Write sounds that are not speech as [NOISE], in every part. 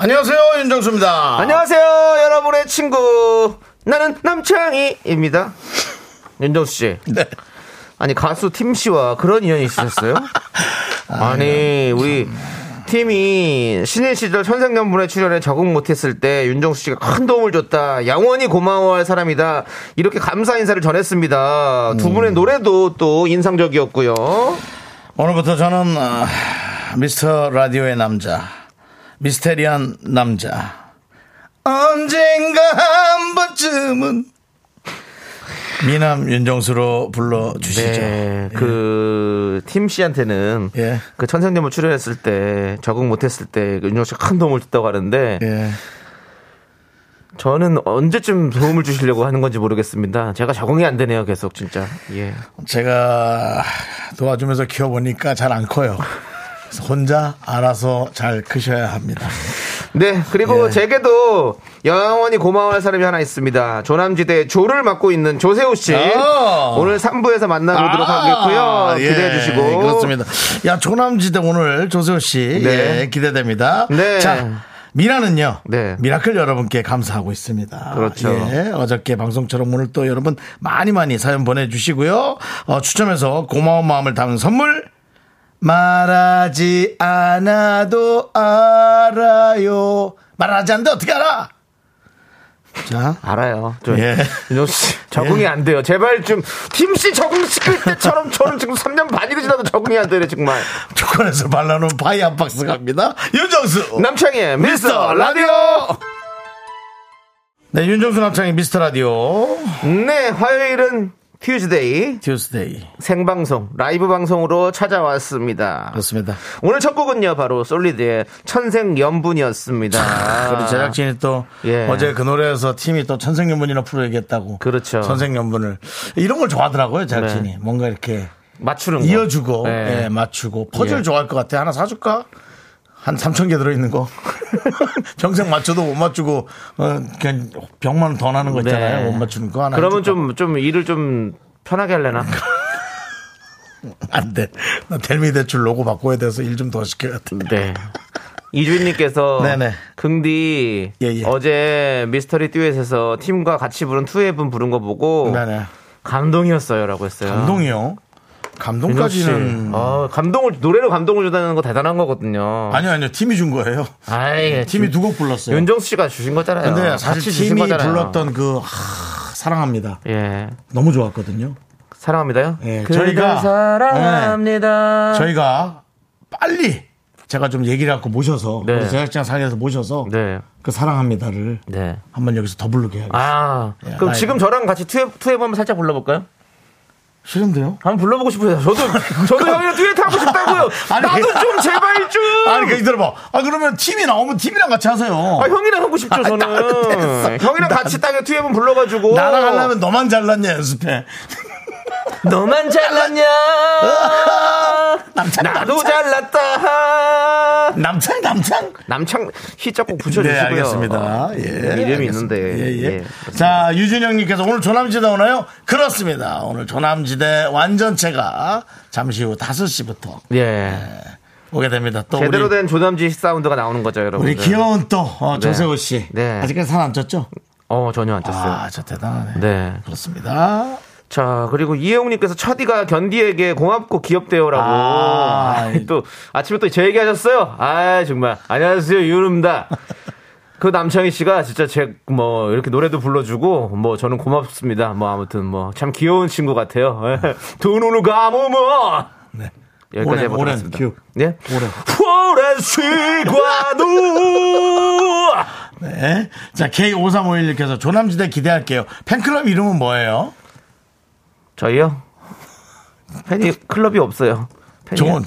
안녕하세요 윤정수입니다. 안녕하세요, 여러분의 친구. 나는 남창희입니다. [LAUGHS] 윤정수 씨. 네. 아니, 가수 팀 씨와 그런 인연이 있으셨어요? 아니, 우리 팀이 신인 시절 천생연분의 출연에 적응 못했을 때 윤정수 씨가 큰 도움을 줬다. 양원히 고마워할 사람이다. 이렇게 감사 인사를 전했습니다. 두 분의 노래도 또 인상적이었고요. 오늘부터 저는 아, 미스터 라디오의 남자, 미스테리한 남자. 언젠가 한 번쯤은 미남 윤정수로 불러 주시죠. 네, 그, 팀 씨한테는, 예. 그 천생연분 출연했을 때, 적응 못했을 때, 그 윤정 씨가 큰 도움을 줬다고 하는데, 예. 저는 언제쯤 도움을 주시려고 하는 건지 모르겠습니다. 제가 적응이 안 되네요, 계속, 진짜. 예. 제가 도와주면서 키워보니까 잘 안 커요. 그래서 혼자 알아서 잘 크셔야 합니다. 네, 예. 그리고 제게도 영원히 고마워할 사람이 하나 있습니다. 조남지대 조를 맡고 있는 조세호 씨. 아. 오늘 3부에서 만나보도록 하겠고요. 예, 기대해 주시고. 그렇습니다. 야, 조남지대 오늘 조세호 씨. 네. 예, 기대됩니다. 네. 자. 미라는요. 네. 미라클 여러분께 감사하고 있습니다. 그렇죠. 예, 어저께 방송처럼 오늘 또 여러분 많이 많이 사연 보내주시고요. 어, 추첨해서 고마운 마음을 담은 선물 말하지 않아도 알아요. 말하지 않는데 어떻게 알아? 자, [LAUGHS] 알아요. 저 예. 윤정수 씨 적응이 안 돼요. 제발 좀 팀 씨 적응시킬 때처럼 저는 지금 3년 반이 지나도 적응이 안 되네 정말. 조건에서 발라놓은 파이 한 박스 갑니다. 윤정수! 남창의 미스터 라디오. 네, 윤정수 남창의 미스터 라디오 네, 화요일은 퓨즈데이 듀스데이 생방송 라이브 방송으로 찾아왔습니다. 그렇습니다. 오늘 첫 곡은요 바로 솔리드의 천생연분이었습니다. 우리 제작진이 또 아. 예. 어제 그 노래에서 팀이 또 천생연분이나 프로얘기했다고 그렇죠. 천생연분을 이런 걸 좋아하더라고요 제작진이 뭔가 이렇게 맞추는 거. 이어주고 네. 예, 맞추고 퍼즐 예. 좋아할 것 같아 하나 사줄까? 한 3천 개 들어있는 거 [LAUGHS] 평생 맞춰도 못 맞추고 어, 그냥 병만 더 나는 거 있잖아요 네. 못 맞추는 거 하나 그러면 해줄까? 좀 좀 일을 좀 편하게 하려나? 안 돼. 나 델미 대출 로고 바꿔야 돼서 일 좀 더 시켜야 돼. 네. 이주인님께서 네네. 긍디 예, 예. 어제 미스터리 듀엣에서 팀과 같이 부른 투에분 부른 거 보고 네네. 감동이었어요라고 했어요. 감동이요. 아. 윤정 씨. 감동까지는 아, 감동을 노래로 감동을 주다는 거 대단한 거거든요. 아니요 아니요 팀이 준 거예요. 아이, 팀이 주- 두 곡 불렀어요. 어. 윤정수 씨가 주신 거잖아요. 근데 사실 같이 주신 팀이 거잖아요. 불렀던 그 하, 사랑합니다. 예 너무 좋았거든요. 사랑합니다요. 예, 그댈 저희가- 사랑합니다. 저희가 빨리 제가 좀 얘기를 갖고 모셔서 네. 우리 제작진랑 사이에서 모셔서 네. 그 사랑합니다를 네. 한번 여기서 더 부르게 해요. 아 예, 그럼 라이브. 지금 저랑 같이 투에 투에 한번 살짝 불러볼까요? 싫은데요? 한번 불러보고 싶어요. 저도 저도 형이랑 듀엣 하고 싶다고요. 아니, 나도 그- 좀 제발 좀. 아니 그 들어봐. 아 그러면 팀이 나오면 팀이랑 같이 하세요. 아, 형이랑 하고 싶죠 저는. 형이랑 같이 딱에 투에 한번 불러가지고. 나랑 하려면 너만 잘났냐 연습해. 너만 [LAUGHS] 잘났냐? 남창 나도 잘났다. 남창 남창. 남창 희 자꾸 붙여주시고요. 네, 알겠습니다. 어, 예. 이름이 알겠습니다. 있는데. 예, 예. 예, 그렇습니다. 자, 유준영님께서 오늘 조남지대 오나요? 그렇습니다. 오늘 조남지대 완전체가 잠시 후 5시부터 예. 오게 됩니다. 또 제대로 우리, 된 조남지 사운드가 나오는 거죠, 여러분. 우리 귀여운 또 어, 네. 조세호 씨. 네. 아직까지 살 안 쪘죠? 어, 전혀 안 쳤어요. 아, 저 대단하네. 네. 그렇습니다. 자, 그리고 이혜웅님께서 처디가 견디에게 고맙고 귀엽대요라고. 아. 아이, 또, 아침에 또 제 얘기 하셨어요? 아, 정말. 안녕하세요, 유름다. 그 남창희 씨가 진짜 제, 뭐, 이렇게 노래도 불러주고, 뭐, 저는 고맙습니다. 뭐, 아무튼, 뭐, 참 귀여운 친구 같아요. 예. 두 눈을 감으면. 네. 여기까지 오랜, 해보겠습니다. 오랜 예? [LAUGHS] 오랜 시간도! 네. 자, K5351님께서 조남지대 기대할게요. 팬클럽 이름은 뭐예요? 저희요? 팬이 클럽이 없어요. 팬이 좋은. 예.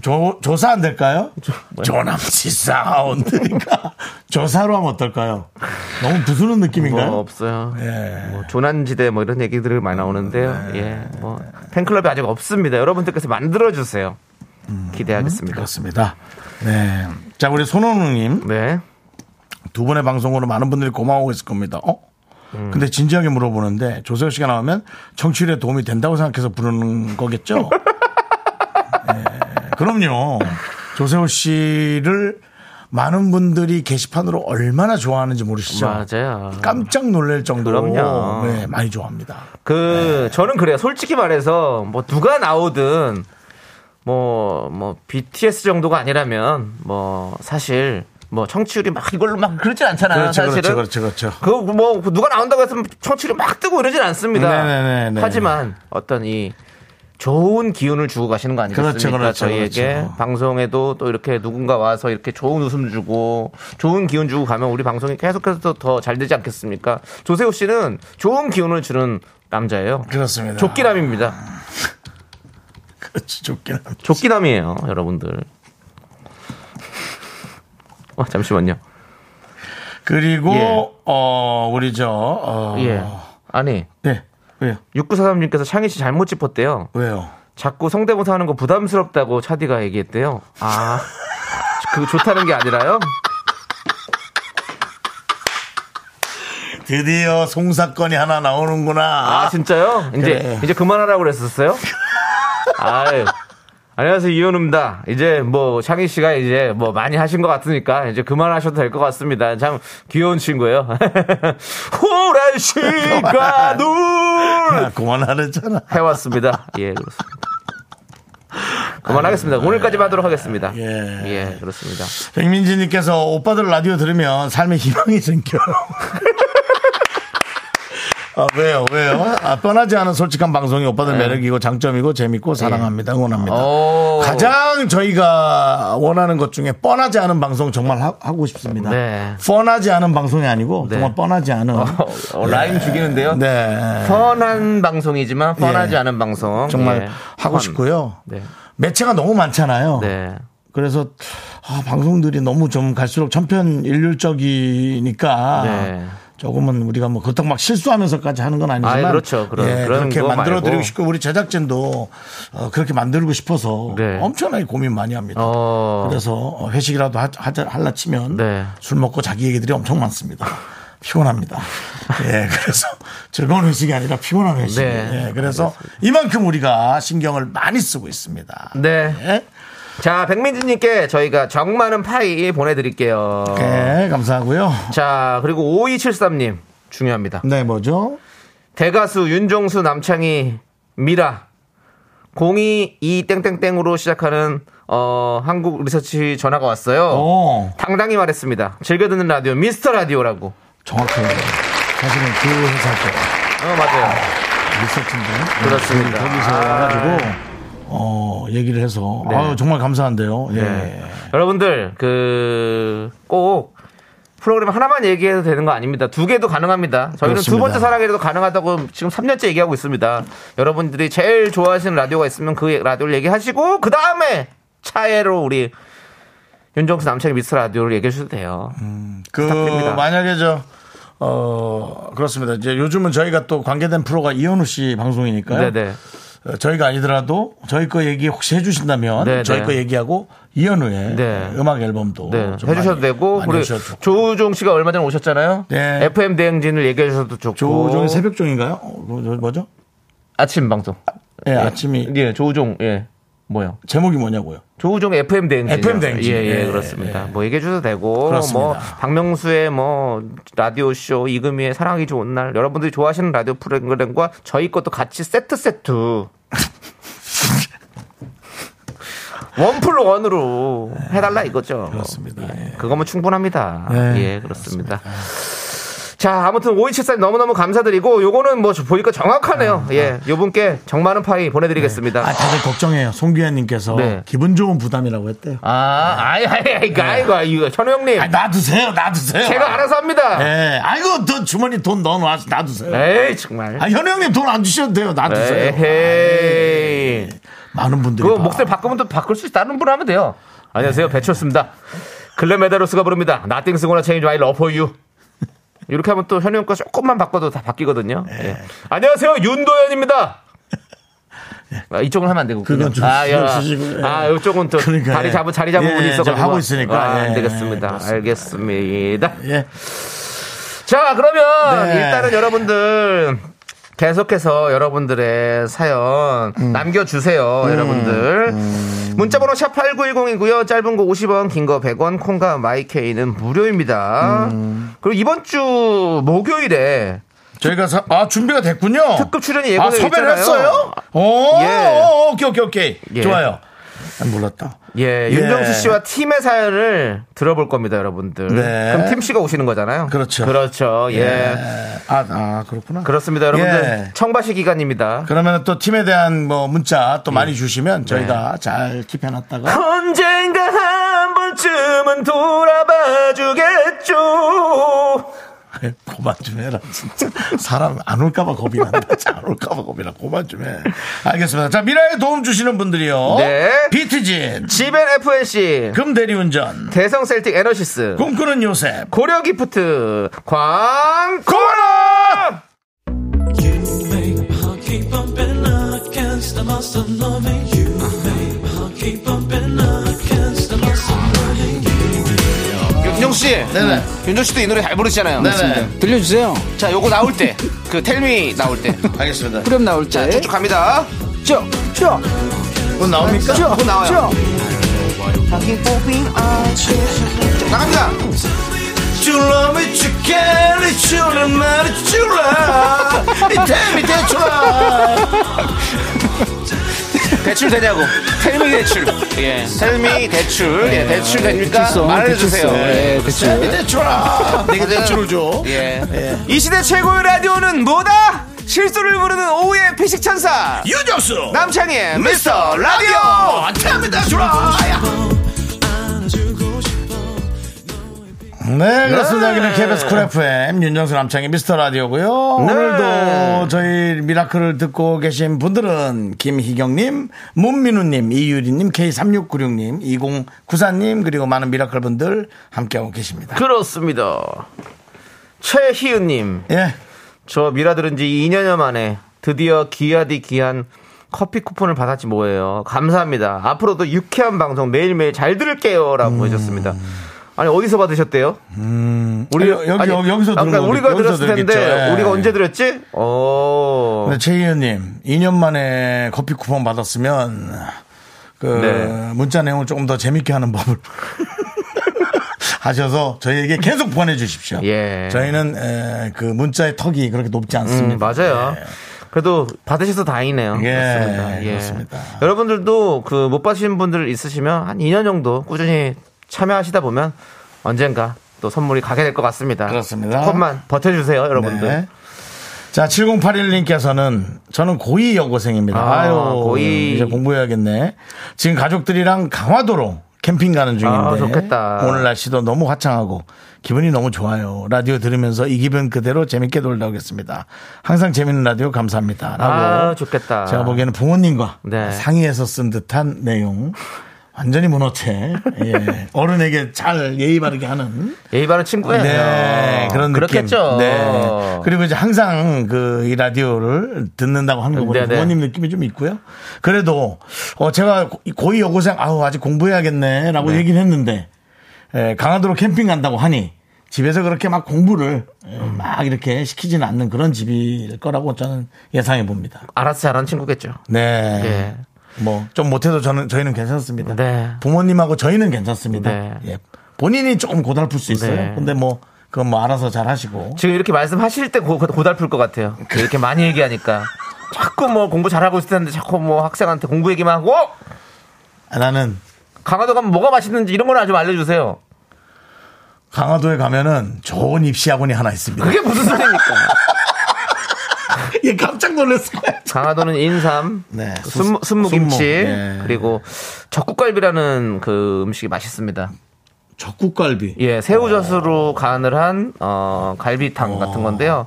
조, 조사 안 될까요? 뭐. 조남지 사운드니까 [LAUGHS] 조사로 하면 어떨까요? 너무 부수는 뭐 느낌인가요? 없어요. 예. 네. 뭐 조난지대 뭐 이런 얘기들이 많이 나오는데요. 예. 뭐 팬클럽이 아직 없습니다. 여러분들께서 만들어 주세요. 음. 기대하겠습니다. 그렇습니다. 네. 자, 우리 손원우님 네. 두 번의 방송으로 많은 분들이 고마워했을 겁니다. 어? 음. 근데 진지하게 물어보는데 조세호 씨가 나오면 청취율에 도움이 된다고 생각해서 부르는 [LAUGHS] 거겠죠? 예, 그럼요. 조세호 씨를 많은 분들이 게시판으로 얼마나 좋아하는지 모르시죠? 맞아요. 깜짝 놀랄 정도로 그럼요. 네, 많이 좋아합니다. 그 네. 저는 그래요. 솔직히 말해서 뭐 누가 나오든 뭐 뭐 BTS 정도가 아니라면 뭐 사실 뭐 청취율이 막 이걸로 막 그러진 않잖아요. 그렇죠, 사실은 그렇죠, 그렇죠, 그렇죠. 그 뭐 누가 나온다고 해서 청취율이 막 뜨고 이러진 않습니다. 네네네네. 하지만 어떤 이 좋은 기운을 주고 가시는 거 아니겠습니까? 그렇죠, 그렇죠, 저희에게 그렇죠. 방송에도 또 이렇게 누군가 와서 이렇게 좋은 웃음 주고 좋은 기운 주고 가면 우리 방송이 계속해서 더 잘 되지 않겠습니까? 조세호 씨는 좋은 기운을 주는 남자예요. 그렇습니다. 그렇죠, 조끼남입니다. [LAUGHS] 그렇지, 좋긴 합니다. 조끼남이에요, 여러분들. 어, 잠시만요. 그리고 예. 어 우리 저 어, 예. 아니, 예. 왜요? 6943님께서 창희 씨 잘못 짚었대요. 왜요? 자꾸 성대모사 하는 거 부담스럽다고 차디가 얘기했대요. 아, 그거 좋다는 게 아니라요? 드디어 송사건이 하나 나오는구나. 아, 진짜요? 이제, 그래. 이제 그만하라고 그랬었어요? 아유. 안녕하세요, 이현우입니다. 이제 뭐, 창희 씨가 이제 뭐 많이 하신 것 같으니까 이제 그만하셔도 될 것 같습니다. 참 귀여운 친구예요. [LAUGHS] 호란 씨가 아, 눈! 그만하랬잖아. 해왔습니다. 예, 그렇습니다. 그만하겠습니다. 오늘까지만 하도록 하겠습니다. 아, 예. 예, 그렇습니다. 백민지님께서 오빠들 라디오 들으면 삶에 희망이 생겨요. [LAUGHS] 아, 왜요, 왜요? 아, 뻔하지 않은 솔직한 방송이 오빠들 네. 매력이고 장점이고 재밌고 사랑합니다. 예. 응원합니다. 어, 오. 어, 가장 저희가 원하는 것 중에 뻔하지 않은 방송 정말 하, 고 싶습니다. 네. 뻔하지 않은 방송이 아니고 네. 정말 뻔하지 않은. 어, 라임 죽이는데요. 네. 펀한 방송이지만 펀하지 예. 않은 방송 정말 예. 하고 펀. 싶고요. 네. 매체가 너무 많잖아요. 네. 그래서 아, 방송들이 너무 좀 갈수록 천편일률적이니까 네. 조금은 우리가 뭐 그렇다고 막 실수하면서까지 하는 건 아니지만 아, 그렇죠. 그런- 예, 그런 그렇게 거 만들어 드리고 말고. 싶고 우리 제작진도 어, 그렇게 만들고 싶어서 네. 엄청나게 고민 많이 합니다. 어. 그래서 회식이라도 하, 하, 할라 치면 네. 술 먹고 자기 얘기들이 엄청 많습니다. 피곤합니다. [LAUGHS] 예, 그래서 즐거운 회식이 아니라 피곤한 회식. 네. 예, 그래서 이만큼 우리가 신경을 많이 쓰고 있습니다. 네. 예. 자, 백민지님께 저희가 정 많은 파이 보내드릴게요. 네, 감사하고요. 자, 그리고 5273님. 중요합니다. 네, 뭐죠? 대가수 윤종수 남창희 미라 022 땡땡땡으로 시작하는 어 한국 리서치 전화가 왔어요. 오, 당당히 말했습니다. 즐겨 듣는 라디오 미스터 라디오라고. 정확해요. 사실은 그 회사 거 어 맞아요. 리서치인데 네, 그렇습니다. 거기서 아. 와가지고 어 얘기를 해서 아유, 정말 감사한데요. 예. 네. 여러분들 그 꼭 프로그램 하나만 얘기해도 되는 거 아닙니다. 두 개도 가능합니다. 저희는 두 그렇습니다. 번째 사랑에도 가능하다고 지금 3년째 얘기하고 있습니다. 여러분들이 제일 좋아하시는 라디오가 있으면 그 라디오를 얘기하시고 그 다음에 차예로 우리 윤정수 남창의 미스 라디오를 얘기해 주셔도 돼요. 그 부탁드립니다. 만약에 저 어, 그렇습니다. 이제 요즘은 저희가 또 관계된 프로가 이현우 씨 방송이니까요. 네네. 어, 저희가 아니더라도 저희 거 얘기 혹시 해주신다면 네, 저희 네. 거 얘기하고 이현우의 네. 음악 앨범도 네. 좀 많이- 해주셔도 되고 많이 우리 해주셔도 좋고. 조우종 씨가 얼마 전에 오셨잖아요. 네. FM 대행진을 얘기해 주셔도 좋고 조종이 새벽종인가요? 어, 뭐- 뭐죠? 아침 방송. 예, 아침이 예, 조우종 예. 뭐요? 제목이 뭐냐고요? 조우종 FM 대행진. FM 대행진. 예, 예, 예, 그렇습니다. 뭐 얘기해 주셔도 되고, 그렇습니다. 뭐 박명수의 뭐 라디오 쇼 이금희의 사랑이 좋은 날, 여러분들이 좋아하시는 라디오 프로그램과 저희 것도 같이 세트 세트. [LAUGHS] 원 플러 원으로 해달라 이거죠. 그렇습니다. 예. 그거면 충분합니다. 네, 예, 그렇습니다. 자, 아무튼 5274님 너무너무 감사드리고, 요거는 뭐 보니까 정확하네요. 예, 요 분께 정 많은 파이 보내드리겠습니다. 아, 다들 걱정해요. 송규현님께서 네. 기분 좋은 부담이라고 했대요. 아, 아이, 아이, 아이, 아이고, 아이고, 현우 형님. 네. 아, 놔두세요, 놔두세요. 제가 알아서 합니다. 예, 아이고, 너 주머니 돈 넣어놔서 네. 놔두세요. 에이, 정말. 네. 아, 현우 형님 돈 안 주셔도 돼요. 놔두세요. 에이. 많은 분들이. 그거 봐. 목소리 바꾸면 또 바꿀 수 있, 다른 분 하면 돼요. 안녕하세요. 배철수입니다. 글렌 메다로스가 부릅니다. Nothing's gonna change my love for you. 이렇게 하면 또 현우 형과 조금만 바꿔도 다 바뀌거든요. 네. 예. 안녕하세요. 윤도현입니다. 아, 이쪽은 하면 안 되고. 네. 그건 좀 아, 신경 야. 쓰시고, 예. 아, 이쪽은 또 그러니까, 다리 예. 잡은 자리 잡은 예, 분이 있어서 좀 하고 있으니까, 아, 안 예, 되겠습니다. 그렇습니다. 알겠습니다. 예. 자, 그러면 네. 일단은 여러분들 계속해서 여러분들의 사연 음. 남겨주세요, 여러분들. 문자번호 샵8910이고요. 짧은 거 50원, 긴 거 100원, 콩과 마이케이는 무료입니다. 음. 그리고 이번 주 목요일에 저희가 사- 아 준비가 됐군요. 특급 출연이 아 예고되어 섭외를 있잖아요. 했어요? 오, 예. 오, 오케이 오케이 오케이. 예. 좋아요. 난 몰랐다. 예, 예. 윤정수 씨와 팀의 사연을 들어볼 겁니다, 여러분들. 네. 그럼 팀 씨가 오시는 거잖아요. 그렇죠. 그렇죠. 예. 예. 아, 아 그렇구나. 그렇습니다, 여러분들. 예. 청바시 기간입니다. 그러면 또 팀에 대한 뭐 문자 또 예. 많이 주시면 저희가 잘 킵해놨다가 언젠가 한 번쯤은 돌아봐 주겠죠. 그만 예, 좀 해라 진짜 사람 안 올까봐 겁이 난다 [LAUGHS] 진짜 안 올까봐 겁이 나 그만 좀해 알겠습니다 자 미라에 도움 주시는 분들이요 네. 비트진 지벤 FNC, 그 금대리운전 대성 셀틱 에너시스, 꿈꾸는 요셉 고려 기프트, 광, 고마워 아, 윤정씨 네네 윤정씨도 이 노래 잘 부르시잖아요 네네 들려주세요. 자 요거 나올 때그 텔미 나올 때 네, 알겠습니다 네. 그럼 나올 때. 쭉쭉 갑니다 아, 쭉, 쭉, 뭐 그건 나옵니까? 그거 나와요 쭉. 네. 쭉 나갑니다 You love me, you can't, it's your love, it's your love. 이 템이 대출아. 대출 되냐고 [LAUGHS] 텔미 대출 예 텔미 대출 예 대출 됩니까 대출성, 말해주세요 대출성. 예. 예, 대출. 이 대출아. 내게 네. 대출을 줘. 예. 이 시대 최고의 라디오는 뭐다? 실수를 부르는 오후의 피식천사, 유정수. 남창희의 미스터 라디오 어, 템이 대출아. 야. 네, 그렇습니다. 여기는 KBS 쿨 FM 윤정수 남창의 미스터 라디오고요. 네. 오늘도 저희 미라클을 듣고 계신 분들은 김희경님, 문민우님, 이유리님, K3696님, 2094님 그리고 많은 미라클 분들 함께하고 그 계십니다. 그렇습니다. 최희은님, 예, 저 미라 들은 지 2년여 만에 드디어 귀하디 귀한 커피 쿠폰을 받았지 뭐예요. 감사합니다. 앞으로도 유쾌한 방송 매일매일 잘 들을게요라고 해줬습니다. 아니 어디서 받으셨대요? 아니, 여기, 여기, 여기서 들은 아까 거겠- 우리가 여기서 들었을 텐데 들었겠죠. 예. 우리가 언제 들었지? 어. 근데 최 의원님, 네, 2년 만에 커피 쿠폰 받았으면 그 네. 문자 내용을 조금 더 재밌게 하는 법을 [LAUGHS] 하셔서 저희에게 계속 보내주십시오. 예. 저희는 에, 그 문자의 턱이 그렇게 높지 않습니다. 음, 맞아요. 예. 그래도 받으셔서 다행이네요. 예, 그렇습니다. 예. 그렇습니다. 여러분들도 그 못 받으신 분들 있으시면 한 2년 정도 꾸준히 참여하시다 보면 언젠가 또 선물이 가게 될 것 같습니다. 그렇습니다. 조금만 버텨주세요, 여러분들. 네. 자, 7081님께서는 저는 고2 여고생입니다. 아, 아, 유 고2. 이제 공부해야겠네. 지금 가족들이랑 강화도로 캠핑 가는 중인데 아, 좋겠다. 오늘 날씨도 너무 화창하고 기분이 너무 좋아요. 라디오 들으면서 이 기분 그대로 재밌게 놀다 오겠습니다. 항상 재밌는 라디오 감사합니다. 라고 아, 좋겠다. 제가 보기에는 부모님과 네. 상의해서 쓴 듯한 내용. 완전히 문어체. 예. 어른에게 잘 예의 바르게 하는 예의 바른 친구예요. 네, 그런 느낌. 그렇겠죠. 네. 그리고 이제 항상 그 이 라디오를 듣는다고 하는 거 보니 네, 네. 부모님 느낌이 좀 있고요. 그래도 어 제가 고이 여고생 아우 아직 공부해야겠네라고 얘기를 했는데 에, 강화도로 캠핑 간다고 하니 집에서 그렇게 막 공부를 에, 막 이렇게 시키지는 않는 그런 집일 거라고 저는 예상해 봅니다. 알아서 잘하는 친구겠죠. 네. 예. 뭐 좀 못해도 저는 저희는 괜찮습니다. 네. 부모님하고 저희는 괜찮습니다. 네. 예. 본인이 조금 고달플 수 있어요. 네. 근데 뭐 그건 뭐 알아서 잘 하시고. 지금 이렇게 말씀하실 때 고, 고달플 것 같아요. 이렇게 많이 얘기하니까. 자꾸 뭐 공부 잘하고 있을 텐데 자꾸 뭐 학생한테 공부 얘기만 하고 어? 아, 나는 강화도 가면 뭐가 맛있는지 이런 거나 좀 알려주세요. 강화도에 가면은 좋은 입시 학원이 하나 [LAUGHS] 있습니다. 그게 무슨 소리입니까? 예, 깜짝 놀랐을 거야. 강화도는 인삼, 그 네, 순무, 수- 순무김치, 네. 순무, 예. 그리고 적국갈비라는 그 음식이 맛있습니다. 적국갈비. 예, 새우젓으로 간을 한 어, 갈비탕 같은 건데요.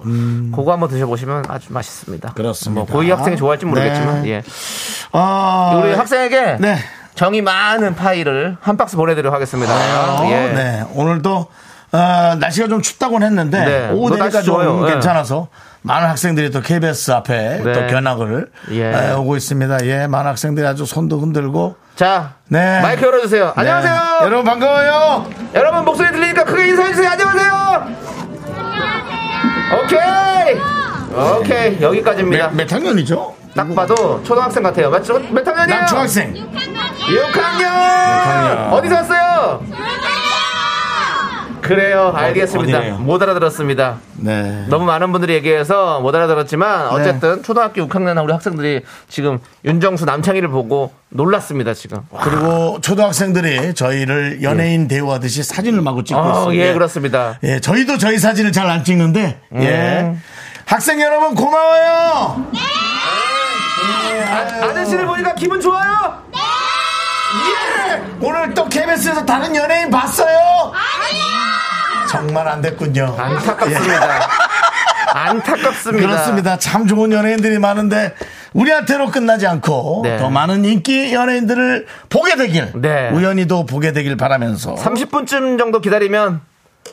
그거 한번 드셔보시면 아주 맛있습니다. 그렇습니다. 뭐 고이 학생이 좋아할지 모르겠지만, 네. 예. 아, 우리 학생에게 네. 정이 많은 파이를 한 박스 보내드리도록 하겠습니다. 어, 예. 네. 오늘도 아, 날씨가 좀 춥다고는 했는데 네. 오후 뭐 되니까 날씨 좀 좋아요. 예. 괜찮아서 많은 학생들이 또 KBS 앞에 네. 또 견학을 예. 에, 오고 있습니다. 예, 많은 학생들이 아주 손도 흔들고 자, 네. 마이크 열어주세요. 안녕하세요. 네. 여러분 반가워요. 여러분 목소리 들리니까 크게 인사해주세요. 안녕하세요. 안녕하세요. 오케이. 오케이. 여기까지입니다. 몇, 몇 학년이죠? 네. 딱 봐도 초등학생 같아요. 맞죠? 몇 학년이에요? 난 중학생. 6학년! 학년. 어디서 왔어요? 그래요. 알겠습니다. 어디래요? 못 알아들었습니다. 네. 너무 많은 분들이 얘기해서 못 알아들었지만 어쨌든 초등학교 6학년 우리 학생들이 지금 윤정수 남창희를 보고 놀랐습니다 지금. 어, 그리고 초등학생들이 저희를 연예인 대우하듯이 사진을 마구 찍고 아, 있습니다. 예 그렇습니다. 음. 예, 저희도 저희 사진을 잘 안 찍는데, 예. 학생 여러분 고마워요! 아저씨를 보니까 기분 좋아요. 예! 오늘 또 KBS에서 다른 연예인 봤어요? 정말 안 됐군요. [LAUGHS] 안타깝습니다. 안타깝습니다. 그렇습니다. 참 좋은 연예인들이 많은데, 우리한테로 끝나지 않고, 네. 더 많은 인기 연예인들을 보게 되길, 네. 우연히도 보게 되길 바라면서. 30분쯤 정도 기다리면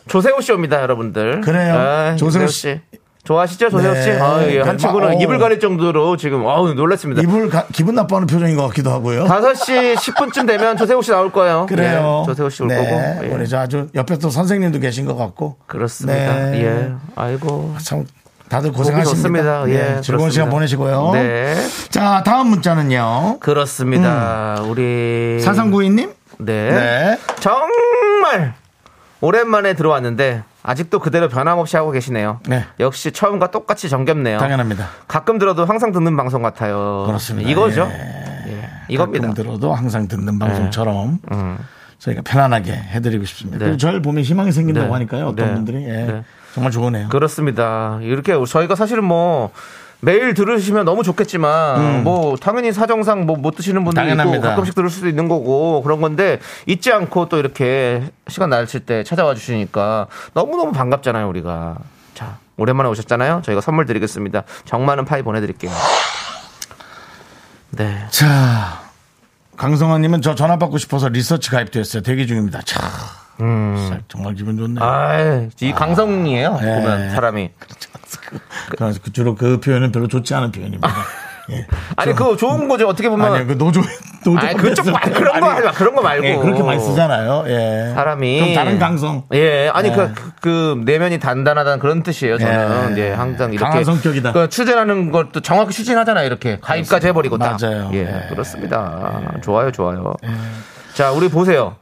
조세호 씨 옵니다 여러분들. 그래요. 아, 조세호 조세호 씨. 씨. 좋아하시죠 조세호 네. 씨? 아, 예. 네, 한 친구는 막, 어. 입을 가릴 정도로 지금 어우 놀랐습니다. 입을 가- 기분 나빠하는 표정인 것 같기도 하고요. 5시 10분쯤 되면 조세호 씨 나올 거예요. 그래요. 네. 예, 조세호 씨 올 거고. 예. 우리 저 아주 옆에 또 선생님도 계신 것 같고. 그렇습니다. 네. 예. 아이고. 참 다들 좋습니다. 고생하십니다. 예, 네, 즐거운 그렇습니다. 시간 보내시고요. 네. 자, 다음 문자는요. 그렇습니다. 우리 음. 사상구이님. 네. 네. 정말 오랜만에 들어왔는데 아직도 그대로 변함없이 하고 계시네요. 네. 역시 처음과 똑같이 정겹네요. 당연합니다. 가끔 들어도 항상 듣는 방송 같아요. 그렇습니다. 이거죠. 예. 예, 가끔 이겁니다. 네. 음. 들어도 항상 듣는 방송처럼 저희가 편안하게 해드리고 싶습니다. 네. 그리고 저를 보면 희망이 생긴다고 네. 하니까요. 어떤 네. 분들이 예. 네. 정말 좋으네요. 그렇습니다. 이렇게 저희가 사실은 뭐 매일 들으시면 너무 좋겠지만 뭐 당연히 사정상 뭐 못 드시는 분도 있고 음. 당연합니다. 가끔씩 들을 수도 있는 거고 그런 건데 잊지 않고 또 이렇게 시간 나실 때 찾아와 주시니까 너무너무 반갑잖아요, 우리가. 자, 오랜만에 오셨잖아요. 저희가 선물 드리겠습니다. 정 많은 파이 보내 드릴게요. 네. 자, 강성환님은 저 전화 받고 싶어서 리서치 가입됐어요. 대기 중입니다. 자, 정말 기분 좋네요. 음. 아, 이 강성이에요. 보면 예. 사람이. 그래서 그 주로 그 표현은 별로 좋지 않은 표현입니다. 아, 예. 아니 그거 좋은 거죠. 어떻게 보면 아니요, 그 노조 노조. 아니, 그쪽 그래서- 말- 그런 거 아니, 말고, 그런 거 말고. 예, 그렇게 많이 쓰잖아요. 예. 사람이 그럼 다른 강성. 예, 아니 예. 그, 그- 그 내면이 단단하다는 그런 뜻이에요. 저는 예. 예, 항상 이렇게 강한 성격이다. 그 추진하는 것도 정확히 추진하잖아요. 이렇게 가입까지 해버리고 딱. 맞아요. 네. 예, 예. 그렇습니다. 좋아요, 좋아요. 자, 우리 보세요.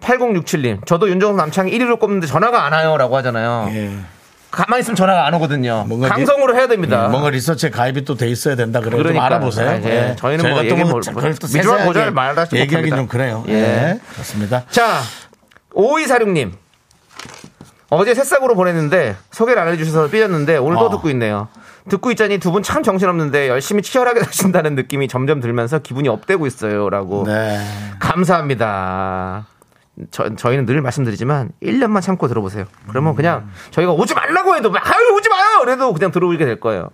8067님, 저도 윤정수 남창이 1위로 꼽는데 전화가 안 와요라고 하잖아요. 예. 가만히 있으면 전화가 안 오거든요. 뭔가 강성으로 해야 됩니다. 음, 뭔가 리서치에 가입이 또 돼 있어야 된다 그래요. 좀 그러니까요. 알아보세요. 아, 예. 저희는 저희가 뭐 또 얘기 뭐 뭘- 자- 뭘- 그걸 또 위조한 세세하게 고전을 말하지 얘기하기 못합니다. 좀 그래요. 예. 예. 그렇습니다. 자, 5246님. 어제 새싹으로 보냈는데 소개를 안 해주셔서 삐졌는데 오늘도 어. 듣고 있네요. 듣고 있자니 두 분 참 정신없는데 열심히 치열하게 [LAUGHS] 사신다는 느낌이 점점 들면서 기분이 업되고 있어요. 라고. 네. 감사합니다. 저, 저희는 늘 말씀드리지만 1년만 참고 들어보세요. 음. 그러면 그냥 저희가 오지 말라고 해도 막, 아유, 오지 마요! 그래도 그냥 들어오게 될 거예요.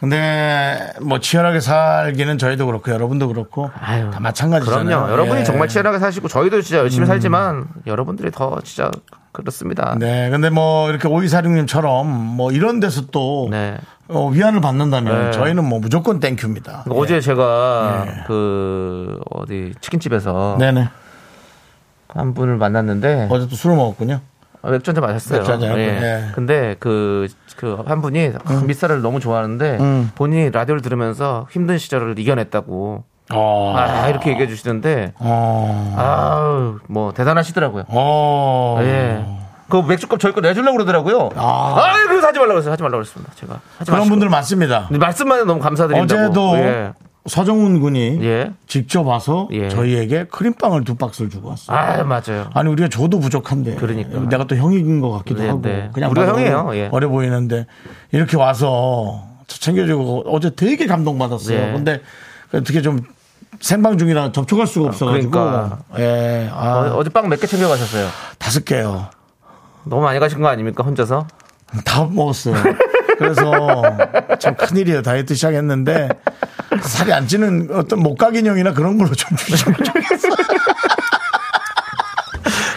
근데 뭐 치열하게 살기는 저희도 그렇고 여러분도 그렇고 아유, 다 마찬가지잖아요. 그럼요. 여러분이 예. 음. 정말 치열하게 사시고 저희도 진짜 열심히 살지만 여러분들이 더 진짜 그렇습니다. 네, 근데 뭐 이렇게 오이사령님처럼 뭐 이런 데서 또 네. 어, 위안을 받는다면 네. 저희는 뭐 무조건 땡큐입니다. 그러니까 어제 제가 그 어디 치킨집에서 예. 네네. 한 분을 만났는데 어제 또 술을 먹었군요. 아, 맥주 한잔 마셨어요. 맥주 한잔 예. 하고, 예. 음. 근데 그 그 한 분이 아, 밑살을 너무 좋아하는데 본인이 라디오를 들으면서 힘든 시절을 이겨냈다고 어. 아, 이렇게 얘기해 주시는데 어. 아우 뭐 대단하시더라고요. 어. 예. 그 맥주값 저희 거 내주려고 그러더라고요. 아. 아, 그래서 하지 말라고 했어요. 하지 말라고 했습니다. 제가. 하지 그런 마시고. 분들 많습니다. 근데 말씀만 해도 너무 감사드린다고. 어제도 예. 서정훈 군이 예. 직접 와서 예. 저희에게 크림빵을 두 박스를 주고 왔어요. 아, 맞아요. 아니 우리가 줘도 부족한데 그러니까. 내가 또 형인 것 같기도 네, 하고 네. 그냥 우리가 봐도 형이에요. 예. 어려 보이는데 이렇게 와서 챙겨주고 어제 되게 감동받았어요. 예. 근데 어떻게 좀 생방 중이라 접촉할 수가 없어가지고 그러니까. 예, 아, 어, 어제 빵 몇 개 챙겨 가셨어요? 다섯 개요. [LAUGHS] 너무 많이 가신 거 아닙니까 혼자서? 다 먹었어요. 그래서 참 큰일이에요. 다이어트 시작했는데 살이 안 찌는 어떤 목각인형이나 그런 걸로 좀 주시면 [LAUGHS] 좋겠어요.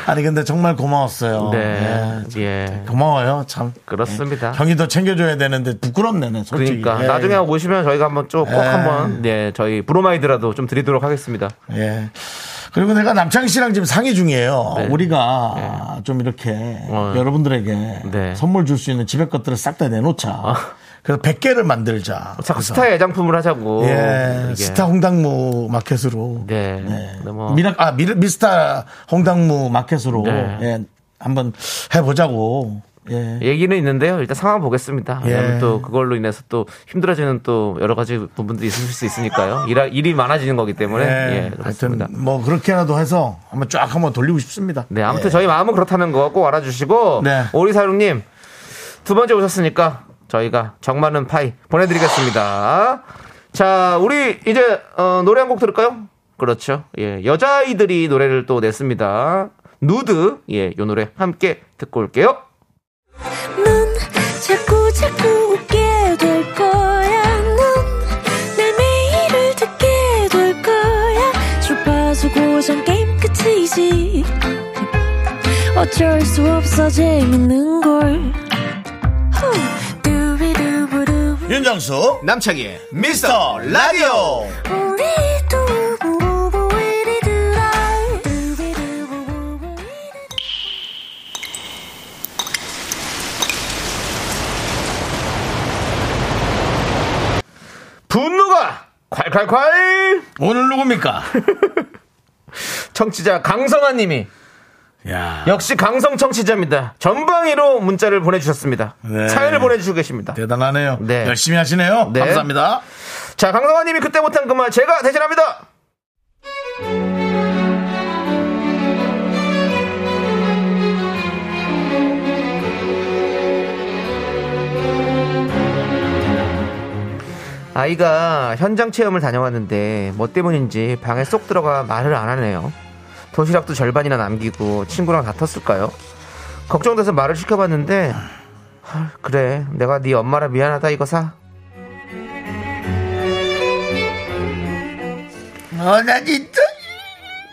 아니 근데 정말 고마웠어요. 네. 예. 예. 고마워요 참. 그렇습니다. 형이 더 챙겨줘야 되는데 부끄럽네는 솔직히. 그러니까 예. 나중에 오시면 저희가 한번 쭉 꼭 예. 한번 네 저희 브로마이드라도 좀 드리도록 하겠습니다. 예. 그리고 내가 남창희 씨랑 지금 상의 중이에요. 네. 우리가 좀 이렇게 어. 여러분들에게 네. 아. 선물 줄 수 있는 집의 것들을 싹 다 내놓자. 그래서 100개를 만들자. 어, 자꾸 그래서 스타 애장품을 하자고. 예, 이게. 스타 홍당무 마켓으로. 네. 네. 근데 뭐- 미라, 아, 미, 미스타 홍당무 마켓으로. 네. 예, 한번 해보자고. 예. 얘기는 있는데요. 일단 상황 보겠습니다. 예. 왜냐면 또 그걸로 인해서 또 힘들어지는 또 여러 가지 부분들이 있을 수 있으니까요. 일, 일이 많아지는 거기 때문에 예, 예, 하여튼 그렇습니다. 뭐 그렇게라도 해서 한번 쫙 한번 돌리고 싶습니다. 예. 네, 아무튼 저희 마음은 그렇다는 거 꼭 알아주시고 네. 오리사룡님 두 번째 오셨으니까 저희가 정 많은 파이 보내드리겠습니다. 자, 우리 이제 어, 노래 한 곡 들을까요? 그렇죠. 예, 여자아이들이 노래를 또 냈습니다. 누드 예, 요 노래 함께 듣고 올게요. 넌 자꾸 자꾸 웃게 될 거야. 넌내 매일을 듣게 될 거야. 주파수 고정 게임 끝이지. 어쩔 수 없어 재밌는 걸. 후. 두비두부두. 윤정수, 남창희, 미스터 라디오. 우리 두부부부 우리 두라. 두비두부부부 우리 두라. 분노가 콸콸콸! 오늘 누굽니까? 청취자 강성아님이 [LAUGHS] 야 역시 강성 청취자입니다. 전방위로 문자를 보내주셨습니다. 네. 사연을 보내주고 계십니다. 대단하네요. 네. 열심히 하시네요. 네. 감사합니다. 자, 강성아님이 그때 못한 그 말 제가 대신합니다. 아이가 현장 체험을 다녀왔는데 뭐 때문인지 방에 쏙 들어가 말을 안 하네요. 도시락도 절반이나 남기고 친구랑 다퉜을까요? 걱정돼서 말을 시켜봤는데 헐, 그래 내가 네 엄마라 미안하다 이거 사 어, 나 진짜.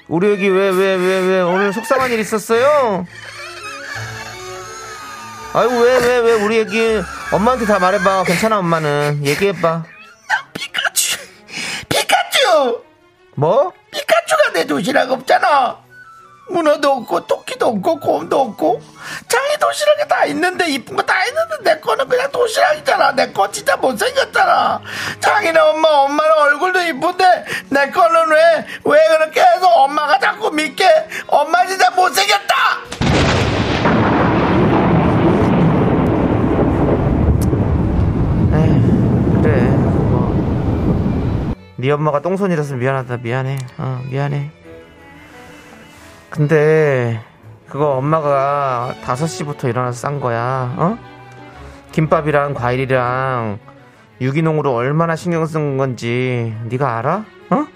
우리 여기 왜 왜 왜 왜 오늘 속상한 일 있었어요? 아이고 왜 왜 왜 우리 여기 엄마한테 다 말해봐 괜찮아 엄마는 얘기해봐 피카츄! 피카츄! 뭐? 피카츄가 내 도시락 없잖아. 문어도 없고, 토끼도 없고, 곰도 없고. 장이 도시락에 다 있는데, 이쁜 거 다 있는데, 내 거는 그냥 도시락이잖아. 내 거 진짜 못생겼잖아. 장이는 엄마, 엄마는 얼굴도 이쁜데, 내 거는 왜, 왜 그렇게 해서 엄마가 자꾸 믿게, 엄마 진짜 못생겼다! 에휴 네. 그래 뭐네 네 엄마가 똥손이라서 미안하다 미안해 어 미안해 근데 그거 엄마가 5시부터 일어나서 싼 거야 어? 김밥이랑 과일이랑 유기농으로 얼마나 신경 쓴 건지 네가 알아? 어?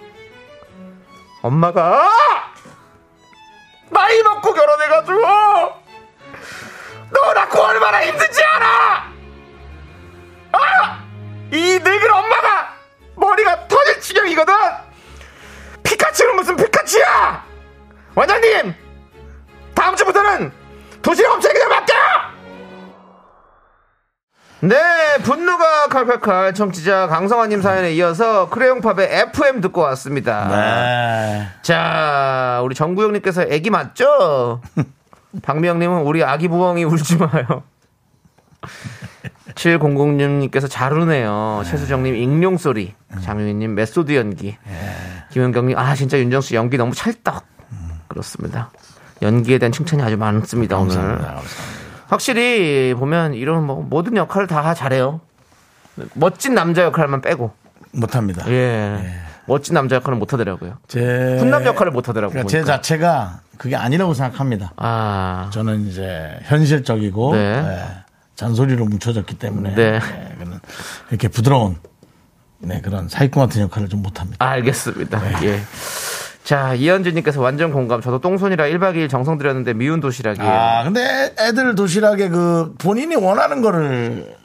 엄마가 나이 먹고 결혼해가지고 너 낳고 얼마나 힘든지 알아! 아! 이 늙은 엄마가 머리가 터질 지경이거든. 피카츄는 무슨 피카츄야? 원장님, 다음 주부터는 도시락 업체에게 맡겨. 네, 분노가 칼칼칼 청취자 강성아님 사연에 이어서 크레용팝의 FM 듣고 아. 왔습니다. 네. 네. 자, 우리 정구영님께서 [LAUGHS] 애기 맞죠? 박미영님은 우리 아기 부엉이 울지 마요. [LAUGHS] 7006님께서 잘 우네요. 최수정님 익룡 소리. 음. 장유인님 메소드 연기. 예. 김현경님 아 진짜 윤정수 연기 너무 찰떡. 음. 그렇습니다. 연기에 대한 칭찬이 아주 많습니다 오늘. 음, 확실히 보면 이런 뭐 모든 역할을 다 잘해요. 멋진 남자 역할만 빼고. 못합니다. 예. 멋진 남자 역할은 못하더라고요. 제. 훈남 역할을 못하더라고요. 네. 그러니까 제 보니까. 자체가 그게 아니라고 생각합니다. 아, 저는 이제 현실적이고 네. 예, 잔소리로 뭉쳐졌기 때문에 네. 예, 그런 이렇게 부드러운 네, 그런 사기꾼 같은 역할을 좀 못합니다. 알겠습니다. 예. 자, 이현주님께서 완전 공감. 저도 똥손이라 1박 2일 정성 들였는데 미운 도시락이에요. 아 근데 애- 애들 도시락에 그 본인이 원하는 거를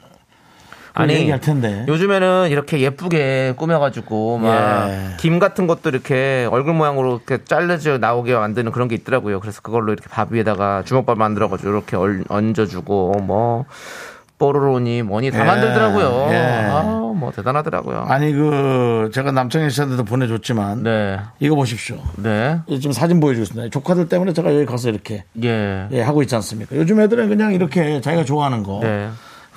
아니, 얘기할 예. 텐데. 요즘에는 이렇게 예쁘게 꾸며가지고 막 예. 김 같은 것도 이렇게 얼굴 모양으로 이렇게 잘라져 나오게 만드는 그런 게 있더라고요. 그래서 그걸로 이렇게 밥 위에다가 주먹밥 만들어가지고 이렇게 얼- 얹어주고 뭐 뽀로로니 뭐니 다 예. 만들더라고요. 예. 아우 뭐 대단하더라고요. 아니 그 제가 남창희 씨한테도 보내줬지만 네, 이거 보십시오. 네, 이 지금 사진 보여주겠습니다. 조카들 때문에 제가 여기 가서 이렇게 예. 예, 하고 있지 않습니까? 요즘 애들은 그냥 이렇게 자기가 좋아하는 거. 네.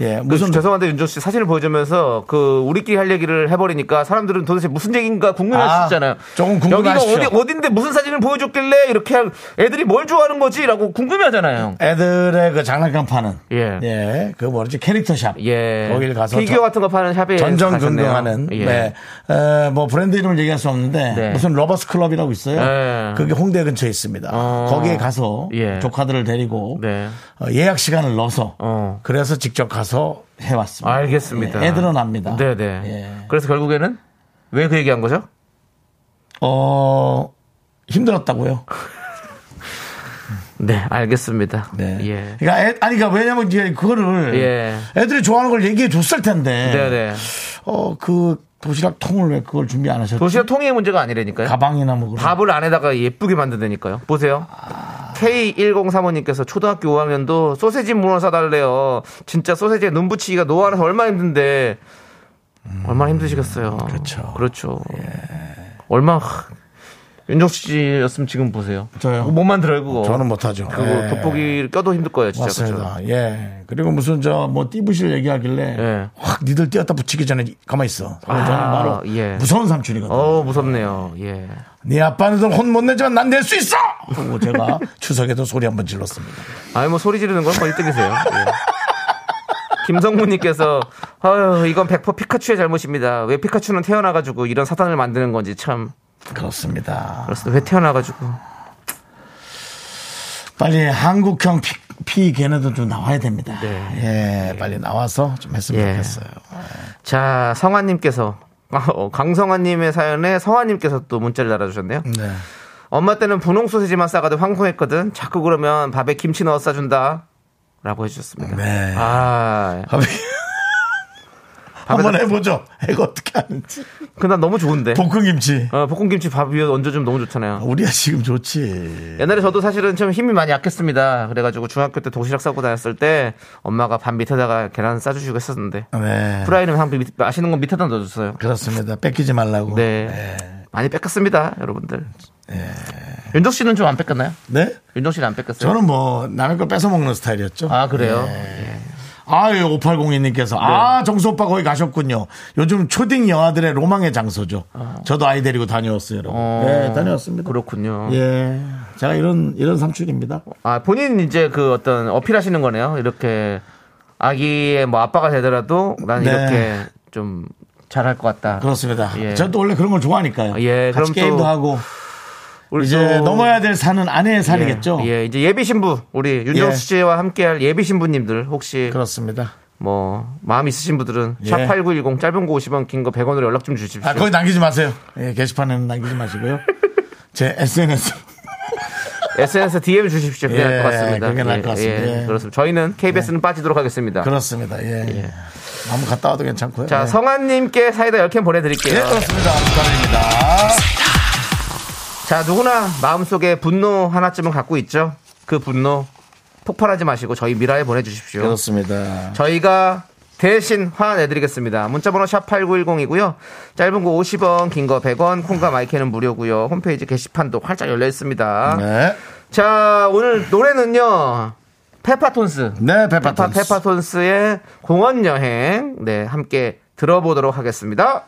예, 그, 무슨 죄송한데 윤종 씨 사진을 보여주면서 그 우리끼리 할 얘기를 해버리니까 사람들은 도대체 무슨 얘기인가 궁금해하시잖아요. 아, 조금 궁금해하시죠. 여기가 어디 어딘데 무슨 사진을 보여줬길래 이렇게 할- 애들이 뭘 좋아하는 거지라고 궁금해하잖아요. 애들의 그 장난감 파는 예. 예, 그 뭐지 캐릭터샵. 예. 거길 가서 피규어 저- 같은 거 파는 샵에 전전긍긍하는 가셨네요. 예. 네. 에, 뭐 브랜드 이름을 얘기할 수 없는데 네. 무슨 러버스 클럽이라고 있어요. 네. 그게 홍대 근처에 있습니다. 어. 거기에 가서 예. 조카들을 데리고 네. 어, 예약 시간을 넣어서 어. 그래서 직접 가서 해왔습니다. 알겠습니다. 예, 애들은 압니다. 네네. 예. 그래서 결국에는 왜 그 얘기한 거죠? 어 힘들었다고요. 네, 알겠습니다. 네. 예. 그러니까 애, 아니 그러니까 왜냐면 이제 그거를 예. 애들이 좋아하는 걸 얘기해 줬을 텐데. 네네. 어 그 도시락 통을 왜 그걸 준비 안 하셨지? 도시락 통의 문제가 아니라니까요. 가방이나 뭐 그런. 밥을 안에다가 예쁘게 만든다니까요. 보세요. K1035님께서 초등학교 5학년도 소세지 문어 사달래요. 진짜 소세지에 눈 붙이기가 노화라서 얼마나 힘든데. 얼마나 힘드시겠어요. 그렇죠. 예. 그렇죠. 얼마 하, 윤정수 씨였으면 지금 보세요. 저요? 그거 못 만들어요, 그거. 저는 못하죠. 그거 예. 돋보기를 껴도 힘들 거예요, 진짜. 그렇죠. 맞습니다. 예. 그리고 무슨 저 뭐 띠부실 얘기하길래 예. 아, 확 니들 띄었다 붙이기 전에 가만 히 있어. 저는 바로 예. 무서운 삼촌이거든. 요 어, 무섭네요. 예. 네 아빠는 혼 못 내지만 난 낼 수 있어. 하고 제가 [LAUGHS] 추석에도 소리 한번 질렀습니다. 아니 뭐 소리 지르는 건뭐 1등이세요. 예. 김성무님께서 아유 이건 100% 피카츄의 잘못입니다. 왜 피카츄는 태어나가지고 이런 사단을 만드는 건지 참 그렇습니다. 그렇습니다. 왜 태어나가지고 빨리 한국형 피, 피 걔네도 좀 나와야 됩니다. 네. 예, 빨리 나와서 좀 했으면 예. 좋겠어요. 자 성아님께서 아, 어, 강성아님의 사연에 성아님께서 또 문자를 달아주셨네요. 네. 엄마 때는 분홍 소세지만 싸가도 황송했거든. 자꾸 그러면 밥에 김치 넣어 싸준다. 라고 해주셨습니다. 네. 아, 한번- 한번 밥에다- 해보죠. 이거 어떻게 하는지. 근데 난 너무 좋은데. 볶음김치. 어, 볶음김치 밥 위에 얹어주면 너무 좋잖아요. 우리야 지금 좋지. 옛날에 저도 사실은 좀 힘이 많이 약했습니다. 그래가지고 중학교 때 도시락 싸고 다녔을 때 엄마가 밥 밑에다가 계란 싸주시고 했었는데 네. 프라이는 항상 밑, 맛있는 건 밑에다 넣어줬어요. 그렇습니다. 뺏기지 말라고. 네. 많이 뺏겼습니다, 여러분들. 예. 윤정 씨는 좀 안 뺏겼나요? 네? 윤정 씨는 안 뺏겼어요? 저는 예. 뭐 남의 걸 뺏어 먹는 스타일이었죠. 아 네. 그래요. 아유 5802님께서 아 정수 오빠 거기 가셨군요. 요즘 초딩 영화들의 로망의 장소죠. 저도 아이 데리고 다녀왔어요. 여러분. 어. 네, 다녀왔습니다. 그렇군요. 예, 제가 이런 이런 삼촌입니다. 아 본인 이제 그 어떤 어필하시는 거네요. 이렇게 아기의 뭐 아빠가 되더라도 난 네. 이렇게 좀 잘할 것 같다. 그렇습니다. 예. 저도 원래 그런 걸 좋아하니까요. 같이 예, 그럼 또 게임도 하고 우리 이제 또- 넘어야 될 산은 아내의 산이겠죠. 예, 예, 이제 예비 신부 우리 예. 윤정수 씨와 함께할 예비 신부님들 혹시 그렇습니다. 뭐 마음 있으신 분들은 예. 샵 8910 짧은 거 50원 긴 거 100원으로 연락 좀 주십시오. 아 거기 남기지 마세요. 예, 게시판에는 남기지 마시고요. 제 SNS SNS DM 주십시오. 그게 예, 나을 것 같습니다. 그게 나을 것 같습니다. 예. 그렇습니다. 저희는 KBS는 빠지도록 하겠습니다. [LAUGHS] 그렇습니다. 예. 너무 갔다 와도 괜찮고요. 자, 예. 성아님께 사이다 10캔 보내드릴게요. 예, 그렇습니다. 감사합니다. 자, 누구나 마음속에 분노 하나쯤은 갖고 있죠. 그 분노 폭발하지 마시고 저희 미라에 보내주십시오. 예. 그렇습니다. 저희가 대신 화내드리겠습니다. 문자번호 샵 8910이고요. 짧은 거 50원, 긴 거 100원, 콩과 마이크는 무료고요. 홈페이지 게시판도 활짝 열려 있습니다. 네. 자, 오늘 노래는요. 페파톤스. 네, 페파, 페파톤스. 페파톤스의 공원 여행. 네, 함께 들어보도록 하겠습니다.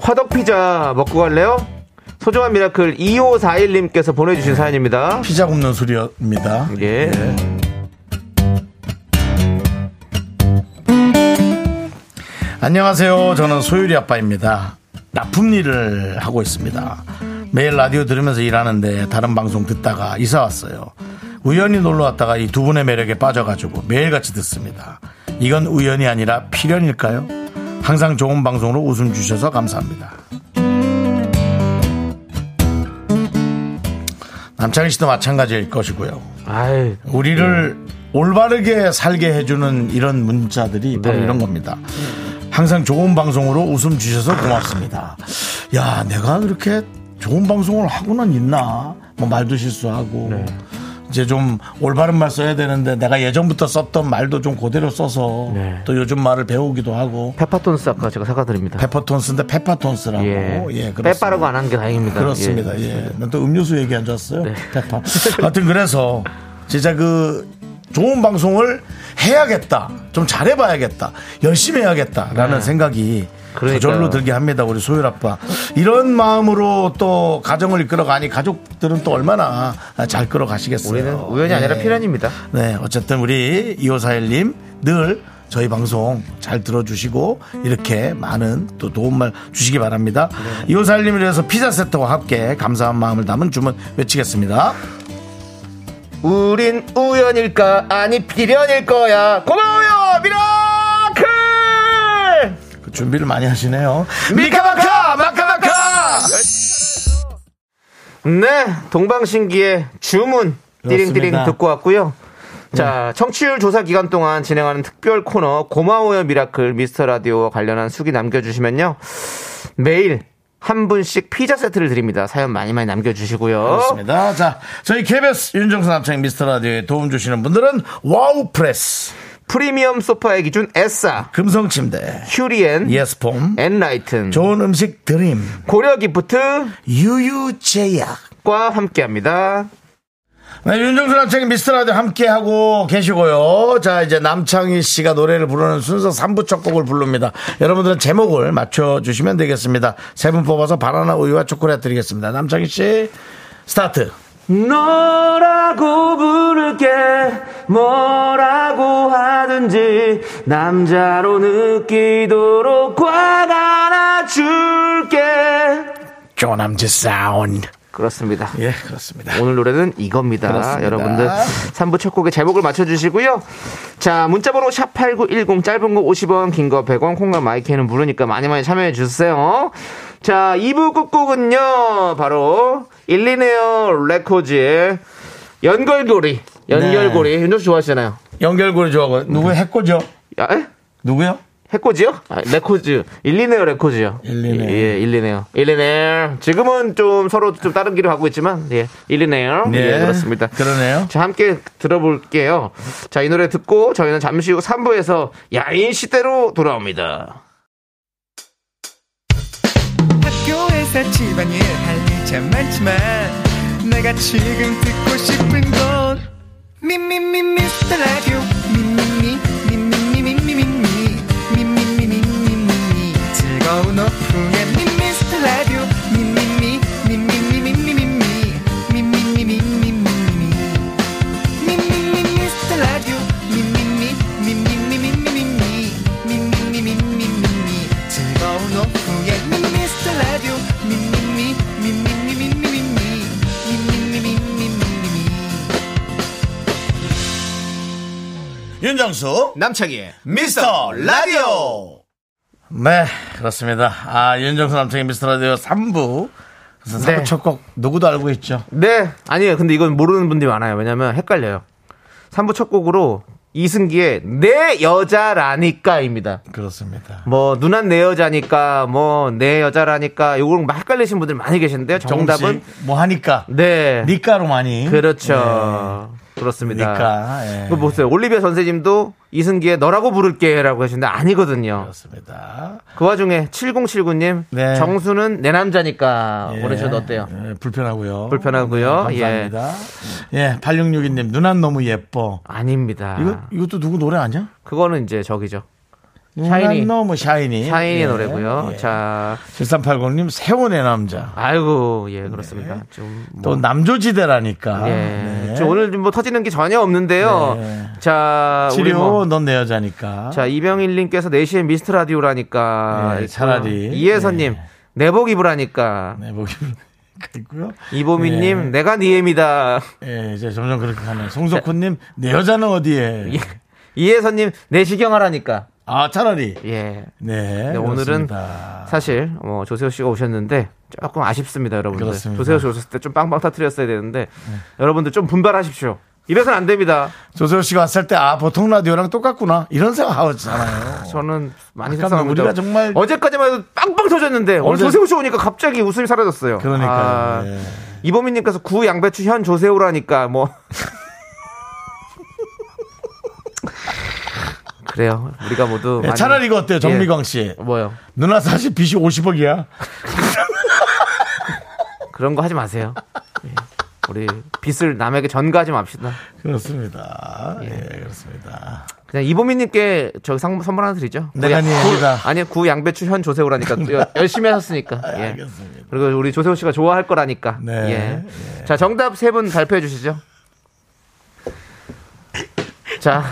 화덕피자 먹고 갈래요? 소중한 미라클 2541님께서 보내주신 사연입니다. 피자 굽는 소리입니다. 예. 안녕하세요. 저는 소율이 아빠입니다. 납품 일을 하고 있습니다. 매일 라디오 들으면서 일하는데 다른 방송 듣다가 이사 왔어요. 우연히 놀러 왔다가 이 두 분의 매력에 빠져가지고 매일같이 듣습니다. 이건 우연이 아니라 필연일까요? 항상 좋은 방송으로 웃음 주셔서 감사합니다. 남창희 씨도 마찬가지일 것이고요. 아이, 우리를 올바르게 살게 해주는 이런 문자들이 바로 네. 이런 겁니다. 항상 좋은 방송으로 웃음 주셔서 고맙습니다. 야, 내가 그렇게 좋은 방송을 하고는 있나? 뭐 말도 실수하고. 이제 좀 올바른 말 써야 되는데 내가 예전부터 썼던 말도 좀 그대로 써서 네. 또 요즘 말을 배우기도 하고 페파톤스 아까 제가 사과드립니다. 페퍼톤스인데 페파톤스라고 예. 예, 그렇습니다. 빼빠라고 안 한 게 다행입니다. 네. 그렇습니다. 예. 난 또 음료수 얘기 안 좋았어요. 페파. 하여튼 그래서 진짜 그 좋은 방송을 해야겠다. 좀 잘해봐야겠다. 열심히 해야겠다라는 생각이 네. 그러니까요. 저절로 들게 합니다. 우리 소율 아빠. 이런 마음으로 또 가정을 이끌어가니 가족들은 또 얼마나 잘 끌어가시겠어요. 우리는 우연이 아니라 예. 필연입니다. 네, 어쨌든 우리 2541님 늘 저희 방송 잘 들어주시고 이렇게 많은 또 도움을 주시기 바랍니다. 2541님을 위해서 피자 세트와 함께 감사한 마음을 담은 주문 외치겠습니다. 우린 우연일까 아니 필연일 거야. 고마워요 미라클 그 준비를 많이 하시네요. 미카마카 마카마카. 네 동방신기의 주문 띠링띠링 그렇습니다. 네. 듣고 왔고요. 자 청취율 조사 기간 동안 진행하는 특별 코너 고마워요 미라클 미스터 라디오와 관련한 수기 남겨주시면요 매일 한 분씩 피자 세트를 드립니다. 사연 많이 많이 남겨주시고요. 그렇습니다. 자, 저희 KBS 윤정수 남창 미스터 라디오에 도움 주시는 분들은 와우 프레스, 프리미엄 소파의 기준 에싸, 금성 침대, 큐리엔, 예스폼, 엔라이튼, 좋은 음식 드림, 고려 기프트과 유유제약. 함께합니다. 네, 윤정수 남창희 미스터라디오 함께하고 계시고요. 자, 이제 남창희 씨가 노래를 부르는 순서 3부 첫 곡을 부릅니다. 여러분들은 제목을 맞춰주시면 되겠습니다. 세 분 뽑아서 바나나 우유와 초콜릿 드리겠습니다. 남창희 씨, 스타트. 너라고 부를게 뭐라고 하든지 남자로 느끼도록 화가 나 줄게 조남지 사운드. 그렇습니다. 예, 그렇습니다. 오늘 노래는 이겁니다. 그렇습니다. 여러분들 3부 첫 곡의 제목을 맞춰주시고요. 자 문자번호 샵 8910 짧은 거 50원 긴 거 100원 콩과 마이크는 무료니까 많이 많이 참여해 주세요. 자 2부 끝곡은요. 바로 일리네어 레코즈의 연결고리 연결고리 네. 윤정수 좋아하시잖아요. 연결고리 좋아하고, 음. 누구의 해코죠? 야, 에? 누구요? 해코지요? 아, 레코즈 일리네어 레코즈요. 일리네어. 예, 일리네어. 일리네어. 지금은 좀 서로 좀 다른 길을 가고 있지만 예, 일리네어. 예, 그렇습니다. 그러네요. 자, 함께 들어볼게요. 자, 이 노래 듣고 저희는 잠시 후 3부에서 야인 시대로 돌아옵니다. 학교에서 집안일 할 일 참 많지만 내가 지금 듣고 싶은 건 미미미 미스터 라디오 미미미 미미미 미미미 미미미 미미미 즐거운 오후에 미스터 라디오 미미미 미미미 미미미 미미미 미미미 윤정수, 남창희의 미스터 라디오. 네, 그렇습니다. 아, 윤정수 남창희 미스터 라디오 3부. 그래서 3부 네. 첫 곡, 누구도 알고 있죠? 네, 아니에요. 근데 이건 모르는 분들이 많아요. 왜냐면 헷갈려요. 3부 첫 곡으로 이승기의 내 여자라니까입니다. 그렇습니다. 뭐 누난 내 여자니까 뭐 내 여자라니까 요걸 막 헷갈리신 분들 많이 계신데요. 정씨, 정답은 뭐 하니까 네. 니까로 많이 그렇죠. 네. 그렇습니다. 니까, 예. 그 보세요. 올리비아 선생님도 이승기의 너라고 부를게라고 하시는데 아니거든요. 그렇습니다. 그 와중에 7079님 네. 정수는 내 남자니까 예. 아, 오르셔도 어때요? 예, 불편하고요. 불편하고요. 네, 감사합니다. 예, 8662님 누난 너무 예뻐. 아닙니다. 이거 이것도 누구 노래 아니야? 그거는 이제 저기죠. 누난 샤이니. 너무 샤이니. 샤이니의 예, 노래고요. 예. 자, 7380님 세원의 남자. 아이고 예 그렇습니다. 좀 뭐- 네. 또 남조지대라니까. 예. 네. 좀 오늘 좀 뭐 터지는 게 전혀 없는데요. 네. 자, 우리 치료 뭐 넌 내 여자니까. 자, 이병일님께서 4시에 미스트 라디오라니까. 네, 차라리. 이혜선님, 네. 내복 입으라니까. 네, 보기 [LAUGHS] 있고요. 이보미님, 내가 니엠이다. [LAUGHS] 예, 이제 점점 그렇게 가네요. 송석훈님 내 여자는 어디에? 예. 이혜선님, 내 시경하라니까. 아 차라리. 예. 네. 네, 오늘은 그렇습니다. 사실, 어, 조세호 씨가 오셨는데, 조금 아쉽습니다, 여러분들. 그렇습니다. 네. 조세호 씨 오셨을 때 좀 빵빵 터트렸어야 되는데 여러분들 좀 분발하십시오. 이래서는 안 됩니다. 조세호 씨가 왔을 때 아 보통 라디오랑 똑같구나 이런 생각 하잖아요. 저는 아깝네. 많이 속상합니다. 우리가 정말- 어제까지만 해도 빵빵 터졌는데 오늘 어제- 조세호 씨 오니까 갑자기 웃음이 사라졌어요. 그러니까요. 아, 예. 이범희님께서 구 양배추 현 조세호라니까 뭐 [LAUGHS] 그래요. 우리가 모두 예, 많이- 차라리 이거 어때요, 정미광 씨? 예. 뭐요? 누나 사실 빚이 50억이야. 그런 거 하지 마세요. 예. 우리 빚을 남에게 전가하지 맙시다. 그렇습니다. 예, 그렇습니다. 그냥 이보미님께 저 상, 선물 하나 드리죠. 네, 그 아닙니다. 구, 아니 구 양배추 현 조세호라니까 또 여- [LAUGHS] 열심히 하셨으니까. 예. 아, 알겠습니다. 그리고 우리 조세호 씨가 좋아할 거라니까. 네, 예. 자 정답 세 분 발표해 주시죠. 자,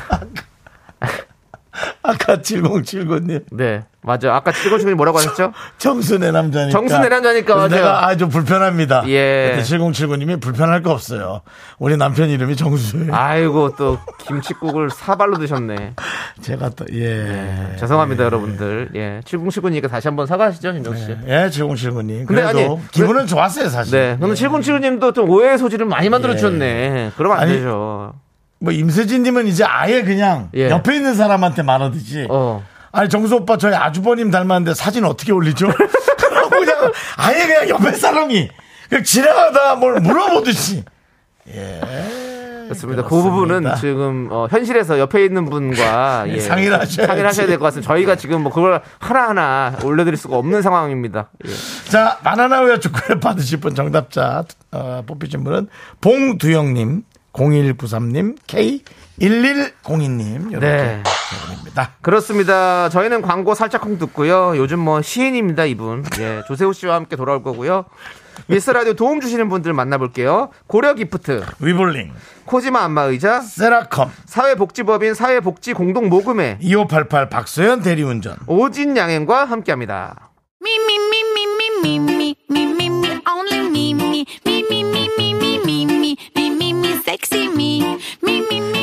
아까 7079님 네 맞아. 아까 찍어주이 뭐라고 하셨죠? 정수 내 남자니까. 정수 내 남자니까 그래서 맞아요. 내가 아주 불편합니다. 예. 그때 7079님이 불편할 거 없어요. 우리 남편 이름이 정수예요. 아이고 또 김치국을 사발로 드셨네. 제가 또 네, 예. 죄송합니다 여러분들. 예, 7079니까 다시 한번 사과하시죠 김정 씨. 예, 7079님. 근데 그래도 아니, 기분은 좋았어요, 사실. 예. 네, 근데 7079님도 좀 오해의 소지를 많이 만들어 주셨네. 그러면 안 아니, 되죠. 뭐 임세진님은 이제 아예 그냥 예. 옆에 있는 사람한테 말하듯이 어. 아니 정수 오빠 저희 아주버님 닮았는데 사진 어떻게 올리죠? [LAUGHS] 그러고 그냥 아예 그냥 옆에 사람이 그냥 지나가다 뭘 물어보듯이 그렇습니다. 그 부분은 지금 어, 현실에서 옆에 있는 분과 [LAUGHS] 예, 상의를 하셔야지. 상의를 하셔야 될 것 같습니다. 저희가 지금 뭐 그걸 하나 하나 올려드릴 수가 없는 상황입니다. 예. 자 바나나우야 축구를 받으실 분 정답자 어, 뽑히신 분은 봉두영님 0193님 K1102님 이렇게 네. 입니다 그렇습니다. 저희는 광고 살짝쿵 듣고요. 요즘 뭐 시인입니다, 이분. 예, 조세호 씨와 함께 돌아올 거고요. 미스 라디오 도움 주시는 분들 만나볼게요. 고려 기프트, 위볼링 코지마 안마의자, 세라컴 사회복지법인 사회복지 공동 모금회, 2588 박소연 대리운전 오진 양행과 함께합니다. Me, me, me, me, me, me, me, me, me, me, only me, me, me, me, me, me, me, me, me, me, me, me, sexy me, me, me, me.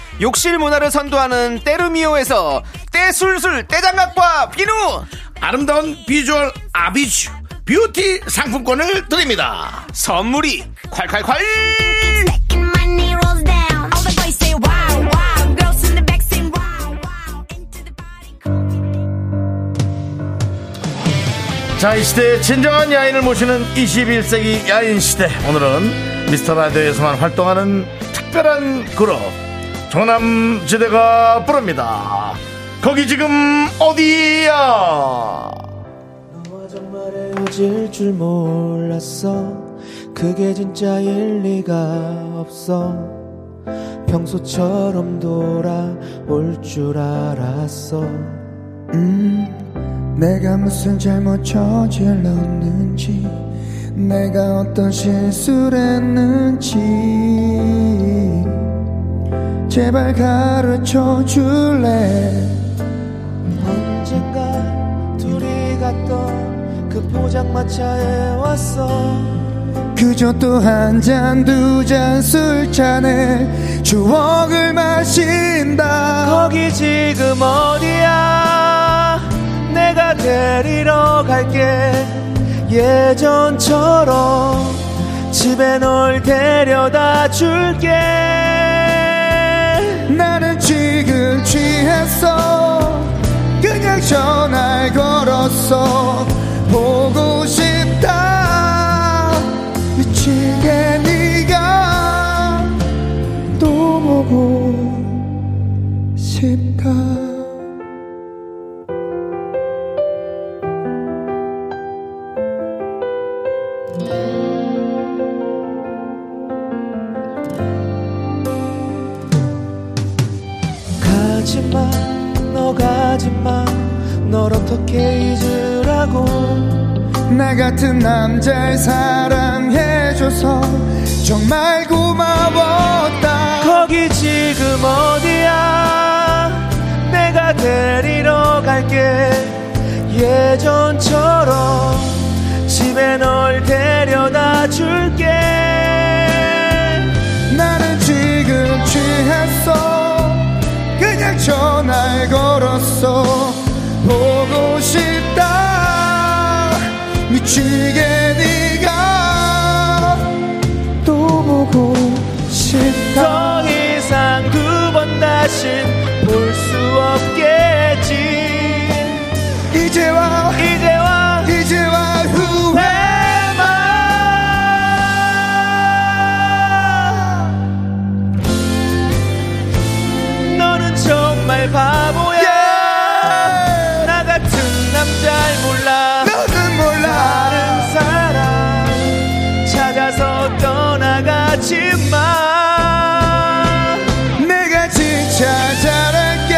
욕실 문화를 선도하는 때르미오에서 때술술 때장갑과 비누. 아름다운 비주얼 아비쥬 뷰티 상품권을 드립니다 선물이 콸콸콸. Second money rolls down. All the boys say wow, wow. Girls in the back say wow, wow. Into the party, call me. 자 이 시대의 진정한 야인을 모시는 21세기 야인시대 오늘은 미스터라디오에서만 활동하는 특별한 그룹 조남지대가 부릅니다 거기 지금 어디야 너와 아, 정말 헤어질 줄 몰랐어 그게 진짜일 리가 없어 평소처럼 돌아올 줄 알았어 음 내가 무슨 잘못 저질렀는지 내가 어떤 실수를 했는지 제발 가르쳐 줄래 언젠가 둘이 갔던 그 포장마차에 왔어 그저 또 한 잔 두 잔 술잔에 추억을 마신다 거기 지금 어디야 내가 데리러 갈게 예전처럼 집에 널 데려다 줄게 나는 지금 취했어 그냥 전화를 걸었어 보고 싶다 미치게 네가 또 보고 싶다 가지마 너 가지마 널 어떻게 잊으라고 나 같은 남자를 사랑해줘서 정말 고마웠다 거기 지금 어디야 내가 데리러 갈게 예전처럼 집에 널 데려다 줄게 나는 지금 취했어 그냥 전화를 걸었어 보고 싶다 미치게 네가 또 보고 싶다 더 이상 두 번 다신 볼 수 없겠지 이제와 이제와 이제와 후회 내맘 너는 정말 바보야 나 같은 남자를 몰라 너는 몰라 다른 사람 찾아서 떠나가지 마 내가 진짜 잘할게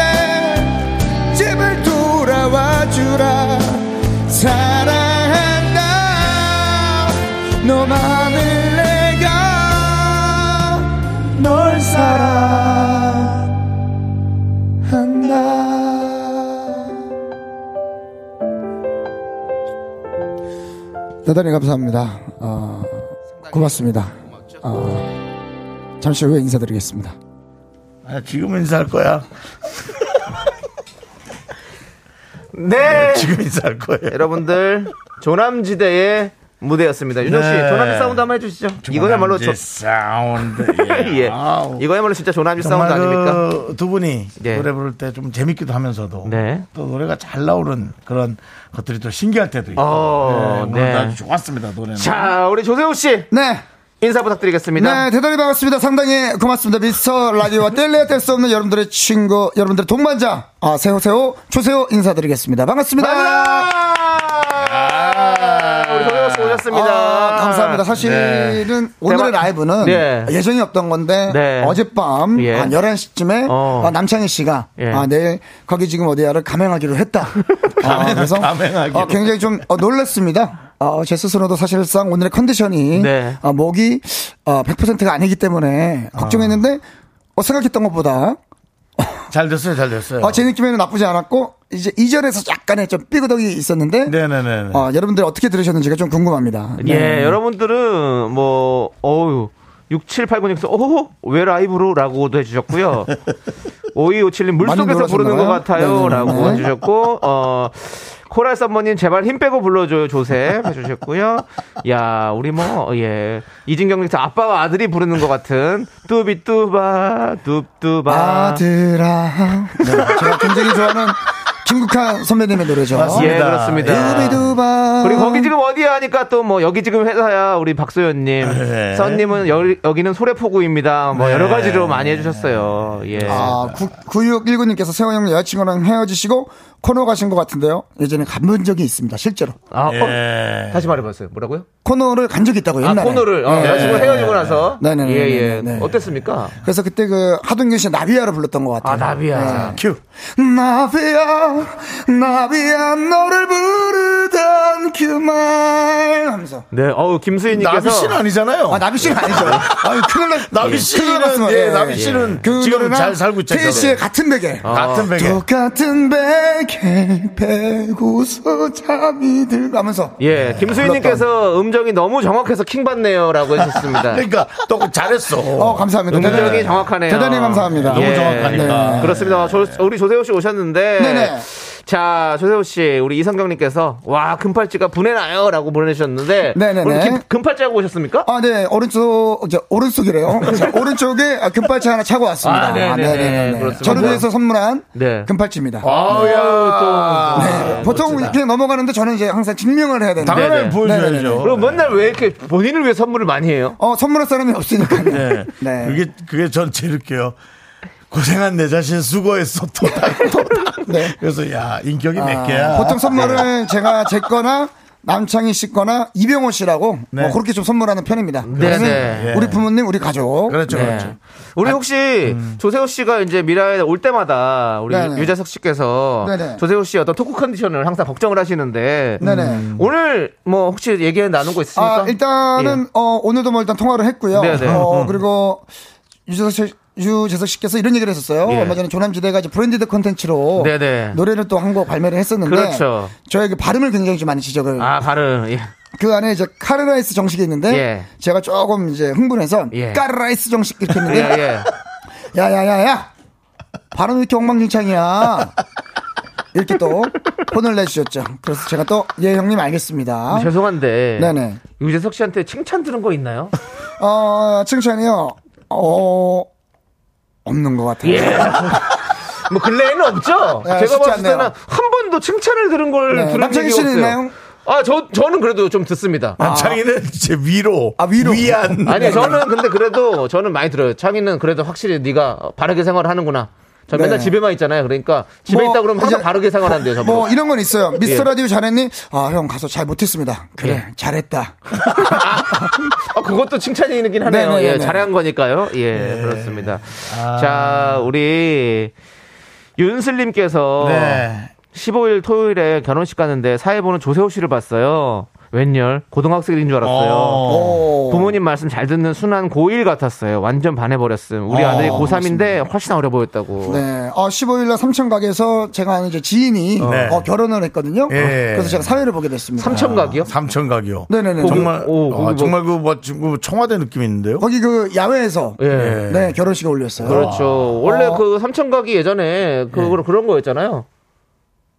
제발 돌아와 주라 사랑한다 너만을 내가 널 사랑한다 대단히 감사합니다 어, 고맙습니다 어, 잠시 후에 인사드리겠습니다 아, 지금 인사할 거야. [LAUGHS] 네. 지금 인사할 거예요. 여러분들 조남지대의 무대였습니다. 윤정 씨, 네. 조남지 사운드 한번 해주시죠. 이거야말로 저, 조남지 사운드. [LAUGHS] 예. 아우. 이거야말로 진짜 조남지 정말 사운드 아닙니까? 그 두 분이 예. 노래 부를 때 좀 재밌기도 하면서도 네. 또 노래가 잘 나오는 그런 것들이 또 신기할 때도 있고 어, 오늘 네. 아주 좋았습니다 노래는 자, 우리 조세호 씨 네 인사 부탁드리겠습니다. 네, 대단히 반갑습니다. 상당히 고맙습니다. 미스터 라디오와 뗄래야 뗄 수 없는 여러분들의 친구, 여러분들의 동반자, 아, 세호세호, 조세호 인사드리겠습니다. 반갑습니다. 아, 우리 조세호 씨 오셨습니다. 네. 아, 감사합니다. 사실은 오늘의 대박. 라이브는 네. 예정이 없던 건데 네. 어젯밤 예. 한 11시쯤에 어. 남창희 씨가 예. 아, 내일 거기 지금 어디야를 [LAUGHS] 감행하기로 했다. 아, 그래서 감행하기로. 어, 굉장히 좀 어, 놀랐습니다. 어, 제 스스로도 사실상 오늘의 컨디션이 네. 어, 목이 어, 100%가 아니기 때문에 걱정했는데 아. 어, 생각했던 것보다 잘 됐어요 잘 됐어요 네. 어, 제 느낌에는 나쁘지 않았고 이제 이절에서 약간의 좀 삐그덕이 있었는데 네네네 어, 여러분들 어떻게 들으셨는지가 좀 궁금합니다. 네. 예, 여러분들은 뭐 어유 6789님께서 오호 왜 라이브로라고도 [LAUGHS] 해주셨고요. 5257님 많이 물속에서 놀라셨나 부르는 것 봐요. 네네네. 같아요라고 네. 해주셨고 어 코랄 썸머님 제발 힘 빼고 불러줘요 조셉 해주셨고요. 야 우리 뭐예 이진경님께서 아빠와 아들이 부르는 것 같은 뚜비뚜바 뚜뚜바 아, 아들아. 네, 제가 굉장히 좋아하는 김국환 선배님의 노래죠. 맞습니다. 예 그렇습니다. 두비두바. 그리고 거기 지금 어디야 하니까 또 뭐 여기 지금 회사야 우리 박소연님 네. 선님은 여기, 여기는 소래포구입니다 뭐 네. 여러 가지로 많이 해주셨어요 예 아, 9619님께서 세호 형 여자친구랑 헤어지시고 코너 가신 것 같은데요. 예전에 가본 적이 있습니다. 실제로. 아, 어, 예. 다시 말해봤어요 뭐라고요 코너를 간 적이 있다고 아 옛날에. 예. 코너를 어, 여자친구 헤어지고 나서 네네네. 예예 네. 어땠습니까 그래서 그때 그 하동균 씨 나비야를 불렀던 것 같아요. 아 나비야 큐 나비야, 나비야, 너를 부르던 그 말 하면서. 네 어우 김수희님께서 나비 씨는 아니잖아요 아, 나비 씨는 아니죠. 아유, 큰일 났 나비 큰일 씨는 났으면, 예, 예. 나비 씨는 그 지금 노래랑 잘 살고 어. 있잖아요 태희 씨의 같은 베개. 아, 같은 베개 똑같은 베개 베고서 잠이 들면서 예 김수희님께서 음정이 너무 정확해서 킹 받네요라고 [LAUGHS] 해주셨습니다 그러니까 또 잘했어 어 감사합니다. 음정이 대단히- 정확하네요 대단히 감사합니다. 네. 너무 예. 정확하니까 그렇습니다. 저, 우리 조세호 씨 오셨는데. 네네. 자, 조세호 씨, 우리 이성경님께서, 와, 금팔찌가 분해나요? 라고 보내주셨는데. 네네네. 오늘 김- 금팔찌하고 오셨습니까? 아, 네, 오른쪽, 이제 오른쪽이래요. [LAUGHS] 자, 오른쪽에 아, 금팔찌 하나 차고 왔습니다. 아, 네네네. 그렇습니다. 저를 위해서 선물한 네. 금팔찌입니다. 아우, 또. 네, 보통 그냥 넘어가는데 저는 이제 항상 증명을 해야 되는데. 당연히 하나를 네네. 보여줘야죠 그럼 맨날 왜 이렇게 본인을 위해 선물을 많이 해요? 어, 선물할 사람이 [LAUGHS] 없으니까. 네. 네. 그게, 그게 전 제일 웃겨요. 고생한 내 자신 수고했어, [LAUGHS] 토닥, 토닥. 네. 그래서, 야, 인격이 몇 아, 개야. 네. 보통 선물을 제가 제 거나 남창희 씨거나 이병호 씨라고 네. 뭐 그렇게 좀 선물하는 편입니다. 네, 네. 우리 부모님, 우리 가족. 그렇죠, 네. 그렇죠. 아, 우리 혹시 조세호 씨가 이제 미라에 올 때마다 우리 음. 네네. 유재석 씨께서 네네. 조세호 씨의 어떤 토크 컨디션을 항상 걱정을 하시는데 네네. 오늘 뭐 혹시 얘기 나눈 거 있습니까? 아, 일단은 어, 오늘도 뭐 일단 통화를 했고요. 예. 네네. 음. 어, 그리고 유재석 씨 유재석 씨께서 이런 얘기를 했었어요. 예. 얼마 전에 조남지대가 이제 브랜디드 컨텐츠로 네네. 노래를 또 한 곡 발매를 했었는데 그렇죠. 저에게 발음을 굉장히 좀 많이 지적을 예. 아, 발음. 예. 그 안에 이제 카르라이스 정식이 있는데 예. 제가 조금 이제 흥분해서 예. 카르라이스 정식 이렇게 예, 했는데 예. 아. 야야야야 발음 왜 이렇게 엉망진창이야 이렇게 또 혼을 내주셨죠 그래서 제가 또 예 형님 알겠습니다 아, 죄송한데. 네네. 유재석 씨한테 칭찬 들은 거 있나요? 어 칭찬이요 어 없는 것 같아요 예. 뭐 근래에는 없죠. 야, 제가 쉽지 봤을 때는 [LAUGHS] 않네요. 한 번도 칭찬을 들은 걸 네, 들은 남창희 적이 씨는 없어요. 있나요? 아, 저 저는 그래도 좀 듣습니다. 아, 창희는 제 위로. 아, 위로. 위안. 아니 저는 근데 그래도 저는 많이 들어요. 창희는 그래도 확실히 네가 바르게 생활하는구나. 저 맨날 네. 집에만 있잖아요. 그러니까 집에 뭐, 있다 그러면 항상 이제- 바르게 생활한대요. 저보고. 뭐 이런 건 있어요 예. 미스터 라디오 잘했니 아 형 가서 잘 못했습니다 그래 잘했다 아, 그것도 칭찬이긴 하네요. 네, 네, 예, 네, 아. 네. 잘한 거니까요. 예, 그렇습니다. 자, 우리 윤슬님께서 네. 15일 토요일에 결혼식 갔는데 사회 보는 조세호 씨를 봤어요. 웬열 고등학생인 줄 알았어요. 어. 부모님 말씀 잘 듣는 순한 고1 같았어요. 완전 반해버렸음. 우리 어, 아들이 고3인데 훨씬 어려 보였다고. 네. 어, 15일날 삼천 가게에서 제가 아는 이제 지인이 네. 어, 결혼을 했거든요. 예. 그래서 제가 사회를 보게 됐습니다. 삼천각이요? 삼천각이요. 네네네. 정말, 오, 아, 거기 뭐- 정말 그, 뭐, 지금 청와대 느낌 이 있는데요? 거기 그 야외에서 예. 예. 네, 결혼식을 올렸어요. 네. 그렇죠. 원래 어. 그 삼천각이 예전에 그 그런 거였잖아요.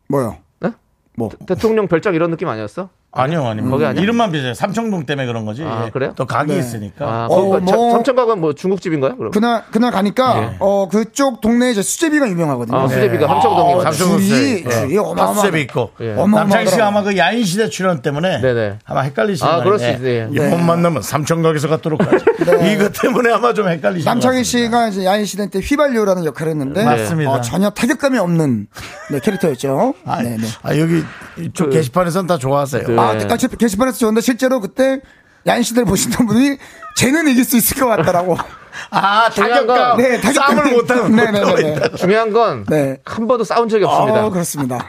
뭐요? 네? 뭐. 대통령 별장 이런 느낌 아니었어? 아니요, 아니요. 거기 아니야? 이름만 비슷해요. 삼청동 때문에 그런 거지. 아, 예. 그래요? 또 각이 네. 있으니까. 아, 어, 그러니까 뭐- 삼- 삼천각은 뭐 중국집인가요? 그럼? 그날 그날 가니까 어 그쪽 동네에 이제 수제비가 유명하거든요. 예. 아, 수제비가 네. 삼청동이. 삼- 삼청동 어, 줄이 수제비. 줄이 예. 어마어마. 탑셉이 있고. 예. 어마어마하더라고요. 남창희 씨가 아마 그 야인시대 출연 때문에 네네. 아마 헷갈리시는 아, 거 그럴 수 아니에요? 있어요. 예. 이번 만나면 삼천각에서 갔도록 하죠. [LAUGHS] 네. [LAUGHS] 이것 때문에 아마 좀 헷갈리시는 것 남창희 같습니다. 씨가 이제 야인 시대 때 휘발유라는 역할을 했는데 맞습니다. 어, 전혀 타격감이 없는 네, 캐릭터였죠. [LAUGHS] 아, 네, 그 네. 아, 여기 이쪽 게시판에선 다 좋아하세요. 그- 아, 네. 아, 제- 게시판에서 좋은데 실제로 그때 야인 시대를 보시던 분이 쟤는 이길 수 있을 [LAUGHS] 것 같다라고. 아, 중요한 건- 타격감. 네, 타격감. 싸움을 못하는 네네네. 중요한 건 한 네. 번도 싸운 적이 없습니다. 어, 그렇습니다.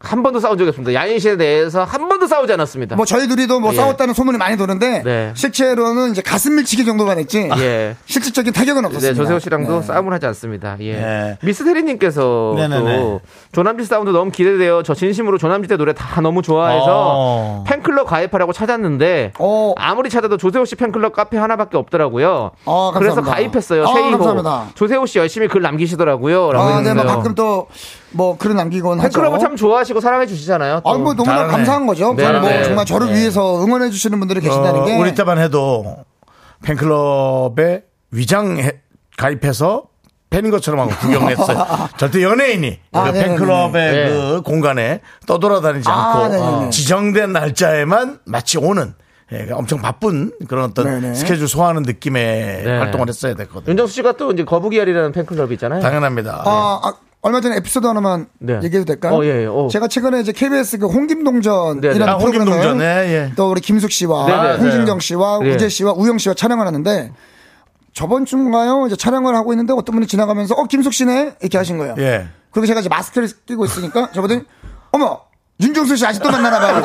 한 번도 싸운 적이 없습니다. 야인시에 대해서 한 번도 싸우지 않았습니다. 뭐 저희 둘이도 뭐 예. 싸웠다는 소문이 많이 도는데 네. 실제로는 이제 가슴 밀치기 정도만 했지. 예. 실질적인 타격은 없었습니다. 네, 조세호 씨랑도 싸움을 하지 않습니다. 예. 네. 미스테리님께서 네네네. 또 조남지 사운드 너무 기대돼요. 저 진심으로 조남지 때 노래 다 너무 좋아해서 어. 팬클럽 가입하라고 찾았는데 어. 아무리 찾아도 조세호 씨 팬클럽 카페 하나밖에 없더라고요. 어, 감사합니다. 그래서 가입했어요. 어, 세이호. 감사합니다. 조세호 조세호 씨 열심히 글 남기시더라고요. 라고 아, 네, 뭐 했어요. 가끔 또 뭐 글을 남기곤 하죠. 팬클럽을 참 좋아하시고 사랑해 주시잖아요. 또. 아, 뭐 너무나 잘하네. 감사한 거죠. 네, 저는 뭐 네. 정말 저를 위해서 응원해 주시는 분들이 계신다는 어, 게 우리 때만 해도 팬클럽에 위장 해- 가입해서 팬인 것처럼 하고 [LAUGHS] 구경했어요. 절대 연예인이 아, 그 네네네. 팬클럽의 네. 그 공간에 떠돌아다니지 아, 않고 네네네. 지정된 날짜에만 마치 오는 예, 엄청 바쁜 그런 어떤 네네. 스케줄 소화하는 느낌의 네. 활동을 했어야 됐거든요. 윤정수 씨가 또 이제 거북이알이라는 팬클럽이 있잖아요. 당연합니다. 아, 아, 얼마 전에 에피소드 하나만 네. 얘기해도 될까요? 어, 예, 예, 어. 제가 최근에 이제 KBS 그 네, 네. 홍김동전이라는 아, 프로그램을 홍김동전, 예, 예. 또 우리 김숙 씨와 네, 네, 네. 홍진경 씨와 예. 우재 씨와 우영 씨와 촬영을 하는데 저번 주인가요? 이제 촬영을 하고 있는데 어떤 분이 지나가면서 어 김숙 씨네 이렇게 하신 거예요. 예. 그리고 제가 이제 마스크를 끼고 있으니까 저보더니 어머 윤종수 씨 아직도 만나나 봐요.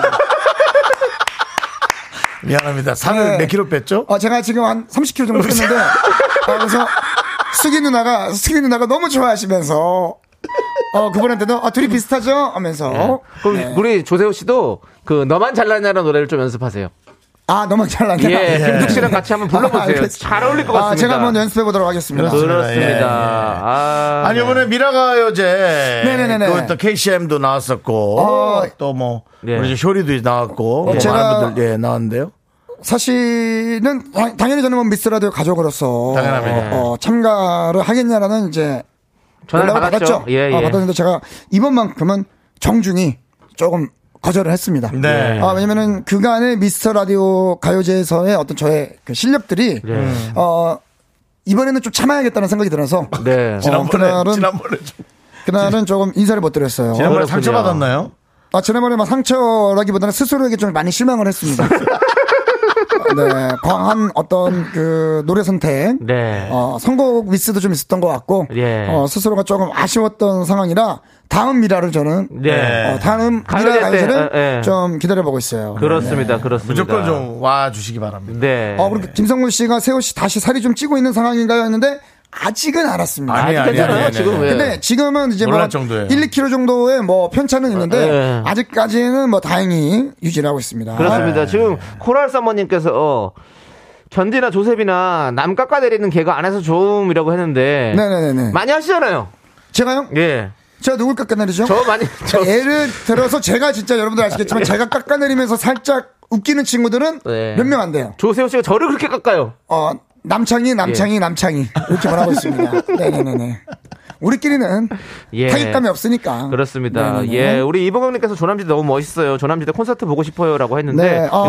미안합니다. 살을 네. 몇 킬로 뺐죠? 어, 제가 지금 한 30kg 정도 [LAUGHS] 뺐는데, 어, 그래서 수기 누나가, 수기 누나가 너무 좋아하시면서, 어, 그분한테도, 아, 둘이 비슷하죠? 하면서, 어? 그럼 네. 우리 조세호 씨도 그 너만 잘났냐라는 노래를 좀 연습하세요. 아, 너무 잘났네. 예, 김숙 씨랑 같이 한번 불러보세요. 잘 어울릴 것 같습니다. 그렇죠. 아, 제가 한번 연습해 보도록 하겠습니다. 그렇습니다. 그렇습니다. 예, 예. 아, 아니 이번에 미라가 요제 네네네네. 또 KCM도 나왔었고 어. 또 뭐 네. 우리 이제 효리도 나왔고 어, 뭐 제가- 많은 분들 예 나왔는데요. 사실은, 당- 당연히 저는 뭐 미스라디오 가족으로서, 당연합니다. 어, 참가를 하겠냐라는 이제 전화를 연락을 받았죠. 받았죠. 예, 예. 어, 받았는데 제가 이번만큼은 정중히 조금 거절을 했습니다. 네. 아, 왜냐면은 그간의 미스터 라디오 가요제에서의 어떤 저의 그 실력들이 네. 어 이번에는 좀 참아야겠다는 생각이 들어서 네. 어, 지난번에 그날은 지난번에 좀- 그날은 조금 인사를 못 드렸어요. 지난번에 그렇군요. 상처 받았나요? 아, 지난번에 막 상처라기보다는 스스로에게 좀 많이 [LAUGHS] 실망을 했습니다. 네, 과한 어떤 그 노래 선택. 네. 어, 선곡 미스도 좀 있었던 것 같고. 예. 어, 스스로가 조금 아쉬웠던 상황이라 다음 미라를 저는. 네. 어, 다음 가을 미라 때, 라이즈를 예, 예. 좀 기다려보고 있어요. 그렇습니다. 그렇습니다. 무조건 좀 와 주시기 바랍니다. 네. 어, 그리고 김성근 씨가 세호 씨 다시 살이 좀 찌고 있는 상황인가요? 했는데 음, 아직은 알았습니다. 아니, 아직 아니, 괜찮아요. 아니, 아니. 지금 왜? 근데 지금은 이제 뭐 놀랄 한 정도예요. 1, 2kg 정도의 뭐 편차는 있는데 예. 아직까지는 뭐 다행히 유지를 하고 있습니다. 그렇습니다. 지금 코랄 사모님께서 어, 견디나 조셉이나 남 깎아내리는 개가 안에서 좋음이라고 했는데 네네네네. 많이 하시잖아요. 제가요? 예. 제가 누굴 깎아내리죠? 저 많이 저 예. 예를 들어서 제가 진짜 여러분들 아시겠지만 제가 깎아내리면서 살짝 웃기는 친구들은 네. 몇 명 안 돼요. 조세호 씨가 저를 그렇게 깎아요. 어, 남창이, 예. 남창이, 남창이. 이렇게 말하고 있습니다. 네네네네. 우리끼리는 예. 타격감이 없으니까. 그렇습니다. 네네네. 예, 우리 이보경님께서 조남지대 너무 멋있어요. 조남지대 콘서트 보고 싶어요라고 했는데 네, 어.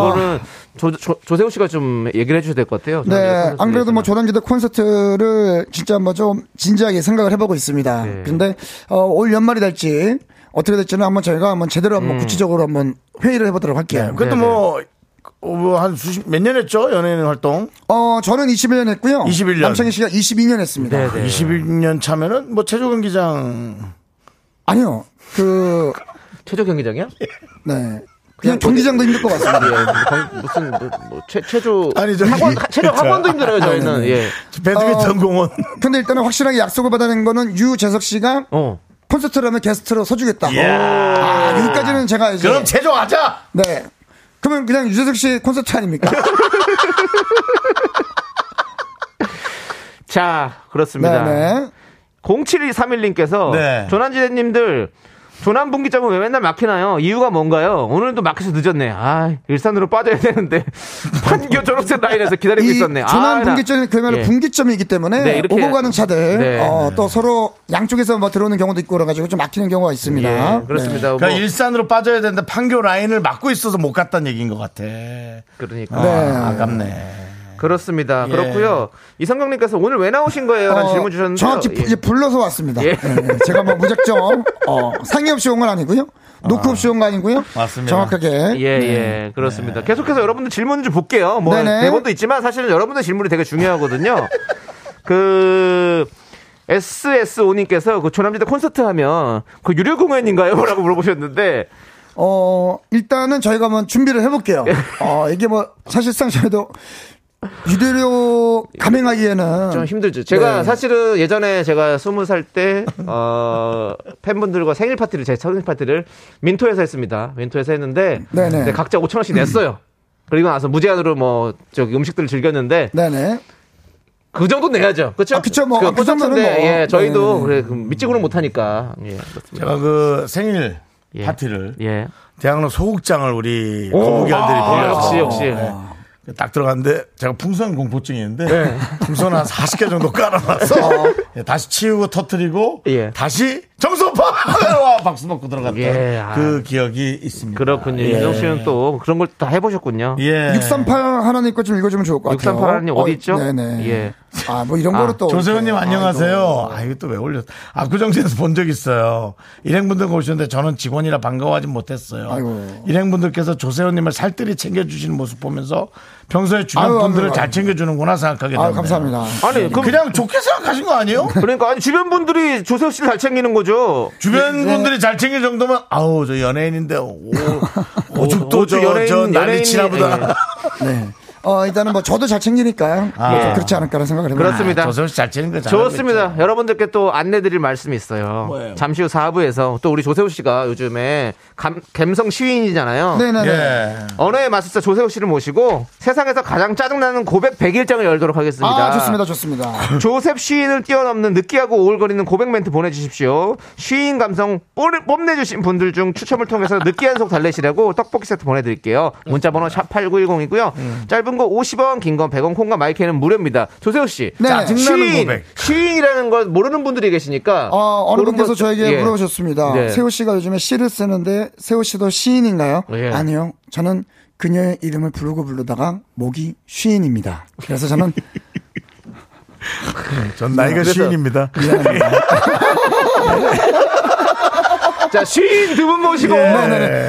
이거는 조, 세호 씨가 좀 얘기를 해주셔야 될 것 같아요. 조남지대 네, 콘서트에 안 그래도 대해서는. 뭐 조남지대 콘서트를 진짜 뭐 좀 진지하게 생각을 해보고 있습니다. 네. 근데 어, 올 연말이 될지 어떻게 될지는 한번 저희가 한번 제대로 음. 한번 구체적으로 한번 회의를 해보도록 네. 할게요. 그래도 뭐, 어, 뭐한 수십, 몇 년 했죠? 연예인 활동? 어, 저는 21년 했고요. 21 년. 남창희 씨가 22년 했습니다. 네, 네. 21년 차면은 뭐 체조 경기장. 아니요, 그, 최저 [LAUGHS] 경기장이야? 네. 그냥 경기장도 힘들 것 같습니다. 예, 경- 무슨 뭐, 뭐 최, 최조 아니, 저기- 학원 하- 체력 그쵸. 학원도 힘들어요 저희는. 예. [LAUGHS] 배드민턴 공원. 근데 일단은 확실하게 약속을 받아낸 거는 유재석 씨가 어. 콘서트라면 게스트로 서주겠다. 아, 여기까지는 제가 이제. 예. 그럼 체조하자! 네. 그러면 그냥 유재석 씨 콘서트 아닙니까? 자, [LAUGHS] 그렇습니다. 네네. 07231님께서 네. 조난지대님들 조난 분기점은 왜 맨날 막히나요? 이유가 뭔가요? 오늘도 막혀서 늦었네. 아, 일산으로 빠져야 되는데 [LAUGHS] 판교 초록색 라인에서 기다리고 이 있었네. 조난 아, 나- 분기점이 그야말로 예. 분기점이기 때문에 네, 이렇게- 오고 가는 차들 네. 어, 또 서로 양쪽에서 뭐 들어오는 경우도 있고 그래가지고 좀 막히는 경우가 있습니다. 네. 예, 그렇습니다. 그러니까 뭐, 일산으로 빠져야 되는데 판교 라인을 막고 있어서 못 갔다는 얘기인 것 같아. 그러니까 아, 네. 아깝네. 그렇습니다. 예. 그렇고요. 이성경님께서 오늘 왜 나오신 네. 거예요?라는 어, 질문 주셨는데 정확히 이제 불러서 왔습니다. 예. 네, 제가 뭐 무작정 어, 상의 없이 온 건 아니고요. 노크 없이 온 거 아니고요. 맞습니다. 정확하게. 예, 예, 그렇습니다. 계속해서 여러분들 질문 좀 볼게요. 뭐, 네네. 대본도 있지만 사실은 여러분들 질문이 되게 중요하거든요. [LAUGHS] 그, SSO님께서 그 조남지대 콘서트 하면 그 유료 공연인가요? [LAUGHS] 라고 물어보셨는데, 어, 일단은 저희가 한번 준비를 해볼게요. 예. 어, 이게 뭐 사실상 저희도 유대료 감행하기에는 좀 힘들죠. 음. 제가 네. 사실은 예전에 제가 스무 살 때, 어, 팬분들과 생일 파티를, 제 생일 파티를 민토에서 했습니다. 민토에서 했는데, 네네. 이제 각자 5천원씩 냈어요. 그리고 나서 무제한으로 뭐, 저기 음식들을 즐겼는데, 네네. 그 정도 내야죠. 그렇죠? 아, 그쵸, 뭐. 아, 그 콘서트인데, 정도는 뭐. 예, 저희도 네. 그래 그 미치고는 못하니까. 예, 그렇습니다. 제가 그 생일 예. 파티를 예. 대학로 소극장을 우리 거북이들이 아, 역시 역시. 딱 들어갔는데 제가 풍선 공포증이 있는데 네. 풍선 한 40개 정도 깔아놨어. 예, 다시 치우고 터트리고 예. 다시 정소파 [LAUGHS] 박수 받고 들어갔다. 예, 아. 그 기억이 있습니다. 그렇군요. 예. 윤정 씨는 또 그런 걸 다 해보셨군요. 예. 638 하나님 거 좀 읽어주면 좋을 것 같아요. 6388님 어, 네. 어디 있죠? 네네. 예. 아, 뭐 이런 거로 또. 조세호님 이렇게. 안녕하세요. 아 이거 또 왜 올렸어? 압구정지에서 본 적 있어요. 일행분들과 오셨는데 저는 직원이라 반가워하지 못했어요. 아이고. 일행분들께서 조세호님을 살뜰히 챙겨주시는 모습 보면서 평소에 주변 아유, 아유, 분들을 아유. 잘 챙겨주는구나 생각하게 아이고. 됩니다. 아, 감사합니다. 아니, 그럼 그냥 좋게 생각하신 거 아니에요? 그러니까 아니, 주변 분들이 조세호 씨를 잘 챙기는 거죠. 주변 분들이 잘 챙길 정도면 아우 저 연예인인데 오, 오죽도 오, 저, 연예인, 저 난리 [LAUGHS] 연예인이- 치나보다 네. 어, 일단은 뭐 저도 잘 챙기니까. 아. 좀 그렇지 않을까라는 생각을 해봅니다. 그렇습니다. 조세호 씨잘 챙기는 거 잘하고 좋습니다. 있죠. 여러분들께 또 안내드릴 말씀이 있어요. 잠시 후 4부에서 또 우리 조세호 씨가 요즘에 감, 갬성 시인이잖아요. 네네네. 예. 언어의 마술사 조세호 씨를 모시고 세상에서 가장 짜증나는 고백 100일장을 열도록 하겠습니다. 아, 좋습니다, 좋습니다. 조셉 시인을 뛰어넘는 느끼하고 오글거리는 고백 멘트 보내주십시오. 시인 감성 뽐- 뽐내주신 분들 중 추첨을 통해서 느끼한 속 달래시라고 떡볶이 세트 보내드릴게요. 문자번호 샵8910이고요. 음. 짧은 거 50원, 긴 건 100원, 콩과 마이크는 무료입니다. 조세호 씨. 네. 짜증나는 시인, 고백. 시인이라는 걸 모르는 분들이 계시니까. 어, 어느 그런 분께서 것- 저에게 예. 물어보셨습니다. 네. 세호 씨가 요즘에 시를 쓰는데 세호 씨도 시인인가요? 예. 아니요. 저는 그녀의 이름을 부르고 부르다가 목이 쉬인입니다. 그래서 저는 네, 전 나이가 그래서- 시인입니다. 자, 시인 두 분 예. 모시고.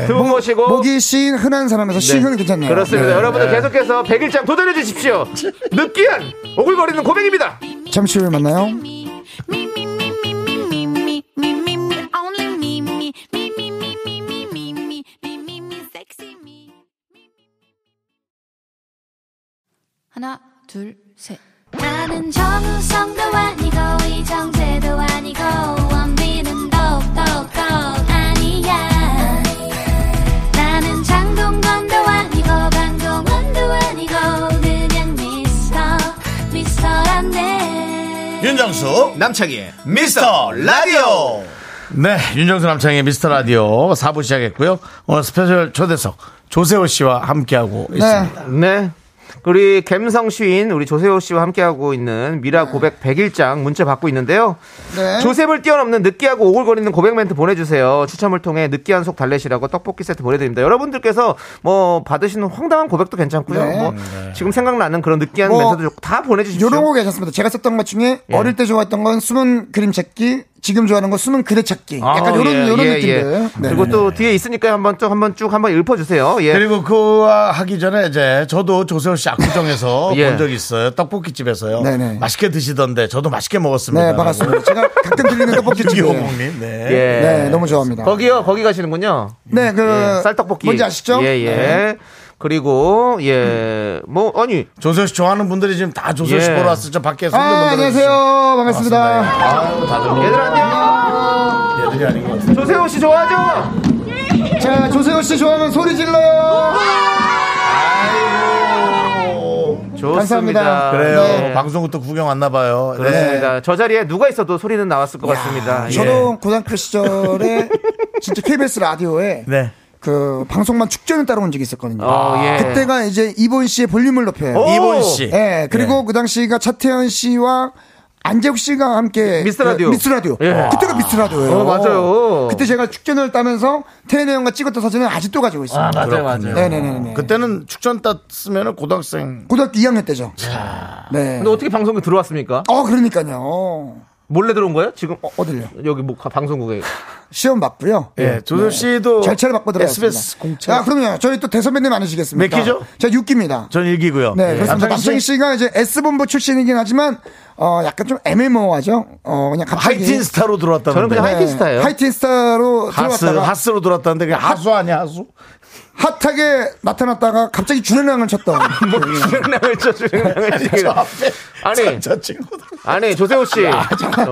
두 분 모시고. 네, 목이 씌인 흔한 사람에서 시흥은 괜찮네요. 그렇습니다. 네. 여러분들 계속해서 백일장 도전해 주십시오. 느끼한 오글거리는 고백입니다. 잠시 후에 만나요. 하나, 둘, 셋. 나는 정우성도 아니고 이정재도 아니고 원빈은 더욱더 아니야 나는 장동건도 아니고 강동원도 아니고 그냥 미스터 미스터란데 윤정수 남창희의 미스터 라디오 네, 윤정수 남창의 미스터 라디오 4부 시작했고요. 오늘 스페셜 초대석 조세호 씨와 함께하고 있습니다. 네. 우리 갬성 시인 우리 조세호 씨와 함께하고 있는 미라 고백 100일장 문자 받고 있는데요. 네. 조셉을 뛰어넘는 느끼하고 오글거리는 고백 멘트 보내주세요. 추첨을 통해 느끼한 속 달래시라고 떡볶이 세트 보내드립니다. 여러분들께서 뭐 받으시는 황당한 고백도 괜찮고요. 네. 뭐 지금 생각나는 그런 느끼한 뭐 멘트도 좋고 다 보내주십시오. 요런 거 괜찮습니다. 제가 썼던 것 중에 예. 어릴 때 좋아했던 건 숨은 그림 찾기, 지금 좋아하는 건 숨은 그대 찾기. 약간 아, 요런, 예, 요런 예, 느낌들. 예. 네. 그리고 또 뒤에 있으니까 한번 쭉 한번 쭉 한번 읊어주세요. 예. 그리고 그와 하기 전에 이제 저도 조세호 씨 압구정에서 예. 본 적이 있어요. 떡볶이 집에서요. 네네. 맛있게 드시던데 저도 맛있게 먹었습니다. 네, [LAUGHS] 반갑습니다. 제가 가끔 [LAUGHS] 들리는 떡볶이집이에요. 이호봉님, 네. 예. 네, 너무 좋아합니다. 거기요, 거기 가시는군요. 네, 그 예, 쌀떡볶이. 뭔지 아시죠? 네. 예, 예. 그리고 예, 뭐 아니 조세호 씨 좋아하는 분들이 지금 다 조세호 씨 예. 보러 왔을 때 밖에 손 아, 안녕하세요. 반갑습니다. 얘들 안녕. 애들이 네, 아닌 것 같아요. 조세호 씨 좋아하죠? 자, 조세호 씨 좋아하면 소리 질러요. 좋습니다. 감사합니다. 그래요. 네. 방송부터 구경 왔나 봐요. 네. 그렇습니다. 저 자리에 누가 있어도 소리는 나왔을 것 같습니다. 예. 저도 [LAUGHS] 고등학교 시절에 진짜 KBS 라디오에 네. 그 방송만 축전을 따라온 적이 있었거든요. 어, 예. 그때가 이제 이본 씨의 볼륨을 높여요. 오! 네. 이본 씨. 예, 그리고 그 당시가 차태현 씨와 안재욱 씨가 함께 미스터 라디오. 그, 미스 라디오. 예. 그때가 미스 라디오예요. 어, 맞아요. 그때 제가 축전을 따면서 태연이 형과 찍었던 사진을 아직도 가지고 있습니다. 맞아요, 맞아요. 네네네네. 그때는 축전 땄으면 고등학생. 고등학교 2학년 때죠. 네. 근데 어떻게 방송에 들어왔습니까? 어, 그러니까요. 몰래 들어온 거예요? 지금 어, 어딜요? 여기 뭐 가- 방송국에 시험 맞고요. 예, 조세호 씨도 절차를 받고 들어왔습니다. SBS 공채. 아, 그럼요. 저희 또 대선배님 아니시겠습니까? 몇 키죠? 제가 6기입니다. 전 일기고요. 예. 네, 그렇습니다. 남창희 씨? 남창희 씨가 이제 S본부 출신이긴 하지만, 어, 약간 좀 애매모호하죠? 어, 그냥 갑자기. 하이틴 스타로 들어왔다는데. 저는 그냥 네, 하이틴 스타예요. 하이틴 스타로 하스, 들어왔다가 하스로 들어왔다는데 그냥 하수 아니야, 하수? 핫하게 나타났다가 갑자기 주례랑을 쳤던. [LAUGHS] [LAUGHS] 주행량을 쳐 [LAUGHS] 주행량을 지금 아니 저 친구들. 아니 조세호 씨,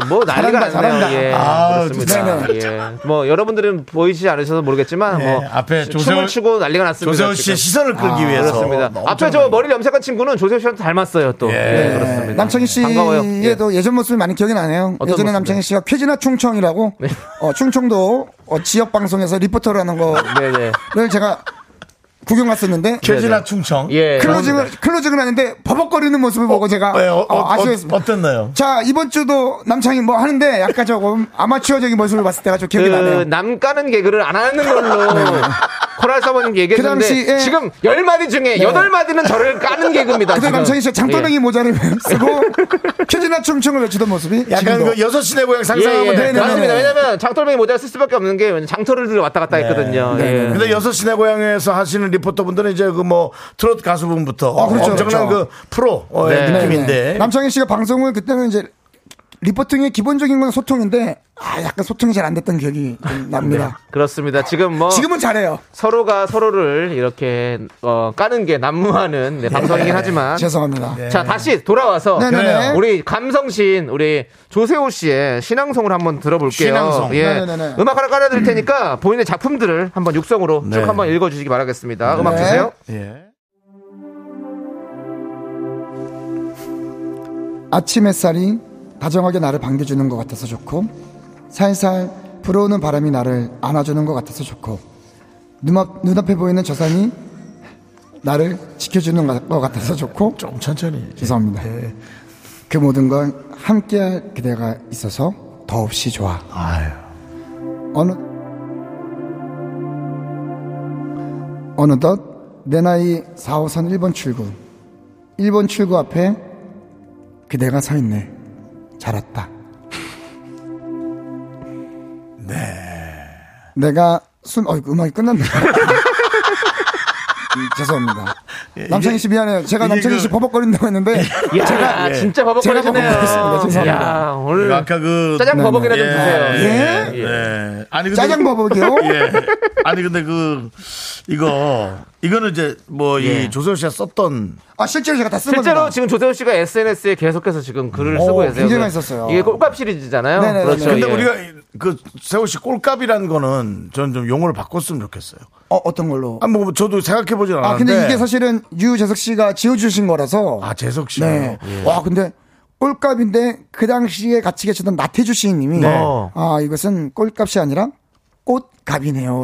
뭐 난리가 잘한다, 났네요. 잘한다. 예, 아, 그렇습니다. 예, 뭐 여러분들은 보이지 않으셔서 모르겠지만 예, 뭐 앞에 시- 조세호- 춤을 추고 난리가 났습니다. 조세호 씨의 지금. 시선을 끌기 위해서. 그렇습니다. 엄청 앞에 저 머리를 염색한 친구는 조세호 씨한테 닮았어요 또. 예, 그렇습니다. 남창희 반가워요. 예. 씨에도 예전 모습이 많이 기억이 나네요. 어떤 예전에 모습이요? 네. 남창희 씨가 퀴즈나 충청이라고 어, 충청도 어, 지역 방송에서 리포터를 하는 거를 예. 네네. 네. 제가 구경 갔었는데 쾌지나 충청. 예. 클로징을 클로징을 하는데 버벅거리는 모습을 보고 제가 네, 예, 어, 어, 어, 아쉬웠습니다. 어, 어땠나요? 자 이번 주도 남창희 뭐 하는데 약간 조금 아마추어적인 모습을 봤을 때가 좀 기억이 그 예. 나네요. 남 까는 개그를 안 하는 [LAUGHS] 걸로 네. 코랄 사모님 얘기했는데 그 예. 당시에- 지금 열 마디 네. 중에 여덟 마디는 저를 까는 개그입니다. 그때 지금. 예. 남창희 씨가 장도명이 모자를 [LAUGHS] 쓰고 퀴즈나 충청을 외치던 모습이 약간 지금도. 그 6시 내 고향 예, 상상하면 예, 되는. 맞습니다. 네네네. 왜냐면 장털뱅이 모자를 쓸 수밖에 없는 게 장털을 왔다 갔다 했거든요. 예. 네. 근데 여섯 시내 고향에서 하시는 리포터분들은 이제 그 뭐 트롯 가수분부터 아, 그렇죠, 엄청난 그 그렇죠. 프로 어, 의 네. 느낌인데 남창희 씨가 방송을 그때는 이제 리포팅의 기본적인 건 소통인데 아 약간 소통이 잘 안 됐던 기억이 아, 좀 납니다. 그렇습니다. 지금 어. 뭐 지금은 잘해요. 서로가 서로를 이렇게 어, 까는 게 난무하는 네, 방송이긴 아. 하지만 죄송합니다. 네. 자 다시 돌아와서 네네네. 우리 감성신 우리 조세호 씨의 신앙송을 한번 들어볼게요. 신앙송. 예. 네네네. 음악 하나 깔아드릴 테니까 본인의 작품들을 한번 육성으로 네. 쭉 한번 읽어주시기 바라겠습니다. 음악 네. 주세요. 예. 아침 햇살이 다정하게 나를 반겨주는 것 같아서 좋고 살살 불어오는 바람이 나를 안아주는 것 같아서 좋고 눈앞, 눈앞에 보이는 저 산이 나를 지켜주는 것- 것 같아서 좋고 좀 네. 천천히 죄송합니다. 그 모든 걸 함께할 기대가 있어서 더없이 좋아. 어느 어느덧 내 나이 4호선 1번 출구 1번 출구 앞에 그대가 서 있네. [LAUGHS] 잘 왔다. 내가 숨, 어, 네. [LAUGHS] 음악이 끝났네. 음, 죄송합니다. 남창희 씨 미안해요. 제가 이게 남창희 그- 씨 버벅거린다고 [LAUGHS] 했는데 야, 제가 진짜 예. 제가 버벅거렸습니다. 버벅거리네요. 죄송합니다. 야, 오늘 아까 그 짜장 네, 버벅이나 좀 예, 주세요. 예, 예. 예. 아니 근데 짜장 버벅이요? [LAUGHS] 예. 아니 근데 그 이거 이거는 이제 뭐 이 예. 조세호 씨가 썼던 아 실제로 제가 다 쓴 실제로 겁니다. 지금 조세호 씨가 SNS에 계속해서 지금 글을 오, 쓰고 계세요. 굉장히 그- 많이 썼어요. 이게 꼴값 시리즈잖아요. 네네네. 그렇죠. 근데 예. 우리가 이- 그 세호 씨 꼴값이라는 거는 저는 좀 용어를 바꿨으면 좋겠어요. 어, 어떤 걸로? 아 뭐 저도 생각해 보진 않았는데. 아 근데 이게 사실은 유재석 씨가 지어주신 거라서 아, 재석 씨요. 네. 와 근데 꼴값인데 그 당시에 같이 계셨던 나태주 시인님이 네. 아 이것은 꼴값이 아니라 꽃값이네요.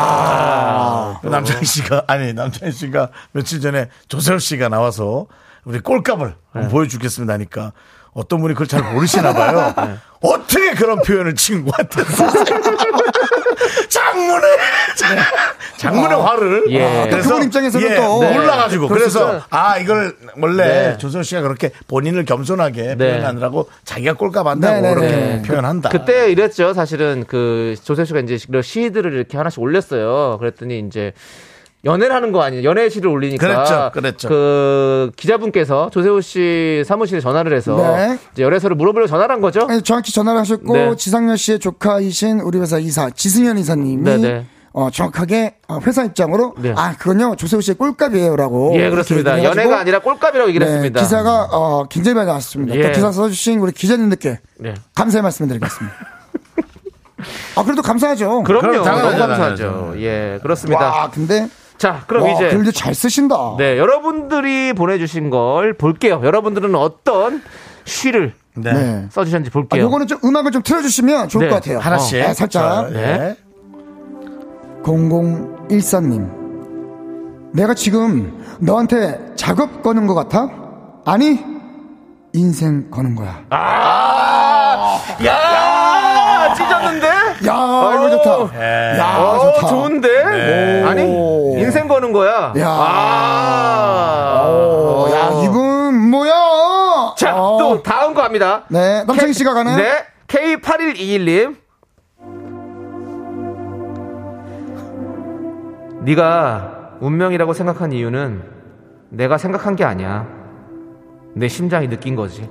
어. 남창희 씨가 아니 남창희 씨가 며칠 전에 조세호 씨가 나와서 우리 꼴값을 한번 보여주겠습니다 하니까 어떤 분이 그걸 잘 모르시나 봐요. 어떻게 그런 표현을 친구한테 [LAUGHS] 쓰세요? 장문의 장문의 화를 아, 예. 그래서 뭐 그분 입장에서는 또. 네. 몰라가지고 그럴 수 그래서 있어요. 아 이걸 원래 네. 조세호 씨가 그렇게 본인을 겸손하게 네. 표현하느라고 자기가 꼴값 한다고 네, 네, 그렇게 네. 표현한다. 그때 이랬죠. 사실은 그 조세호 씨가 이제 이런 시들을 이렇게 하나씩 올렸어요. 그랬더니 이제 연애를 하는 거 아니에요. 연애 시를 올리니까. 그랬죠, 그랬죠. 그 기자분께서 조세호 씨 사무실에 전화를 해서 네. 이제 열애설을 물어보려 고 전화를 한 거죠. 아니, 정확히 전화를 하셨고 네. 지상렬 씨의 조카이신 우리 회사 이사 지승현 이사님이 네네. 어, 정확하게 어, 회사 입장으로 네. 아 그건요 조세호 씨의 꼴값이에요라고 예, 그렇습니다. 이렇게 얘기를 연애가 해가지고 아니라 꼴값이라고 얘기를 어, 네, 했습니다. 기사가 어, 굉장히 많이 나왔습니다. 예. 또 기사 써주신 우리 기자님들께 네. 감사의 말씀을 드리겠습니다. 아 그래도 감사하죠. 그럼요. 그럼 당연하죠, 너무 감사하죠. 당연하죠. 예, 그렇습니다. 와 근데 자, 그럼 와, 이제 글도 잘 쓰신다. 네, 여러분들이 보내주신 걸 볼게요. 여러분들은 어떤 쉬를 네. 네. 써주셨는지 아, 볼게요. 요거는 좀 음악을 좀 틀어주시면 좋을 네, 것 같아요. 하나씩 네, 살짝. 자, 네. 0014님. 내가 지금 너한테 작업 거는 것 같아? 아니, 인생 거는 거야. 아. 야, 찢었는데? 야, 아, 이거 좋다. 예. 야, 어, 좋다. 좋은데? 아니, 인생 거는 거야. 야. 아. 오, 야, 이분 뭐야? 자, 어. 또 다음 거 합니다. 네, 남창희 씨가 가나요? 네. K8121님. 네가 운명이라고 생각한 이유는 내가 생각한 게 아니야. 내 심장이 느낀 거지.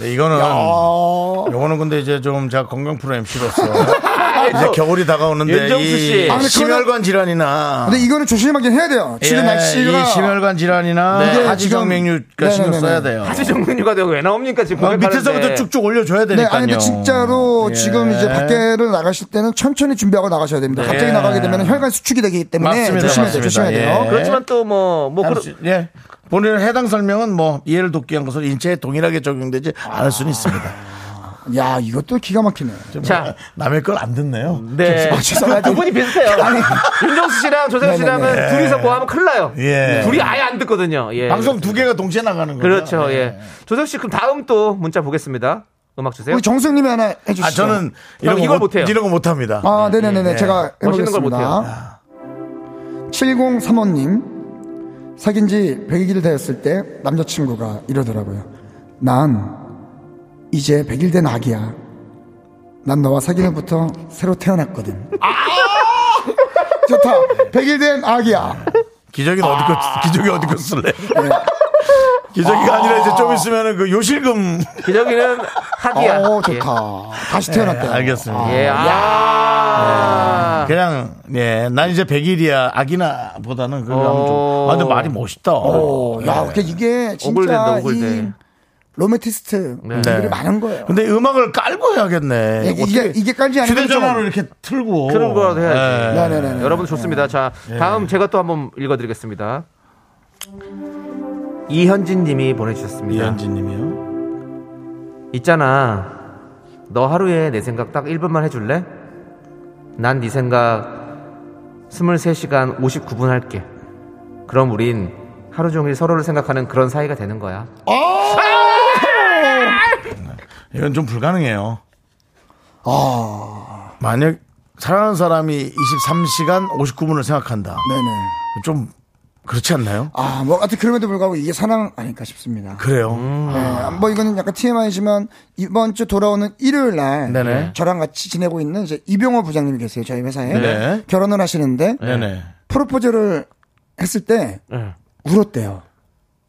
네, 이거는 요거는 근데 이제 좀 제가 건강 프로 MC로서 아, 이제 겨울이 다가오는데 윤정수 씨. 이 아, 근데 심혈관 질환이나 근데 이거는 조심하긴 해야 돼요. 지금 아. 예, 날씨가. 네. 이 심혈관 질환이나 이게 지금- 하지정맥류가 신경 네네네네. 써야 돼요. 다시 정근유가 되고 왜 나옵니까 지금? 어, 밑에서부터 고백하는데. 쭉쭉 올려줘야 네, 되니까요. 아니 근데 진짜로 예. 지금 이제 밖에를 나가실 때는 천천히 준비하고 나가셔야 됩니다. 갑자기 예. 나가게 되면 혈관 수축이 되기 때문에 맞습니다, 조심해야 돼요. 맞습니다. 조심해야 예. 돼요. 그렇지만 또 뭐 뭐 다음 주- 예. 본인의 해당 설명은 뭐 이해를 돕기 위한 것은 인체에 동일하게 적용되지 않을 수는 있습니다. 예. 야, 이것도 기가 막히네. 아, 자. 남의 걸 안 듣네요. 네. 아, 죄송합니다. 두 분이 비슷해요. 윤정수 씨랑 조세호 씨랑은 네네네. 둘이서 고하면 큰일 나요. 예. 둘이 아예 안 듣거든요. 예. 방송 두 개가 동시에 나가는 거죠. 네. 그렇죠. 예. 조세호 씨 그럼 다음 또 문자 보겠습니다. 음악 주세요. 우리 정수영님이 하나 해주시죠. 아 저는 형, 이런 거 이걸 못, 못해요. 이런 거 못 합니다. 아, 네네네네. 제가 멋있는 걸 해보겠습니다. 7035님, 사귄 지 100일 되었을 때 남자친구가 이러더라고요. 난 이제 100일 된 아기야. 난 너와 사귄 후부터 새로 태어났거든. [LAUGHS] 좋다. 100일 된 아기야. 기저귀는 어디 거 기저귀 어디 거 [LAUGHS] 쓸래? 기저귀가 네. 아~ 니라 이제 좀 있으면은 그 요실금 기저귀는 하기야. 어, 예. 좋다. 다시 [LAUGHS] 태어났다. 알겠습니다. 예. 아. 그냥 예, 난 이제 100일이야. 아기나 보다는 그거 하면 어. 좀. 아, 근데 말이 멋있다. 오, 야, 그러니까 이게 오글된다, 진짜 오글대. 이 로맨티스트들이 네. 많은 거예요. 근데 음악을 깔고 해야겠네. 어, 이게, 이게, 이게 깔지 않으면 네, 휴대전화로 이렇게 틀고 그런 거라도 해야지. 예. 네네네. 여러분 좋습니다. 자, 다음 제가 또 한번 읽어드리겠습니다. 이현진 님이 예. 보내주셨습니다. 이현진님이요. 있잖아. 너 하루에 내 생각 딱 1분만 해줄래? 난 네 생각 23시간 59분 할게. 그럼 우린 하루 종일 서로를 생각하는 그런 사이가 되는 거야. 이건 좀 불가능해요. 아, 만약 사랑하는 사람이 23시간 59분을 생각한다. 네네. 좀 그렇지 않나요? 아, 뭐, 하여튼 그럼에도 불구하고 이게 사랑 아닐까 싶습니다. 그래요. 네, 뭐 이거는 약간 TMI지만 이번 주 돌아오는 일요일 날 네네. 저랑 같이 지내고 있는 이제 이병호 부장님이 계세요 저희 회사에 네. 결혼을 하시는데 네네. 프로포즈를 했을 때 예. 울었대요.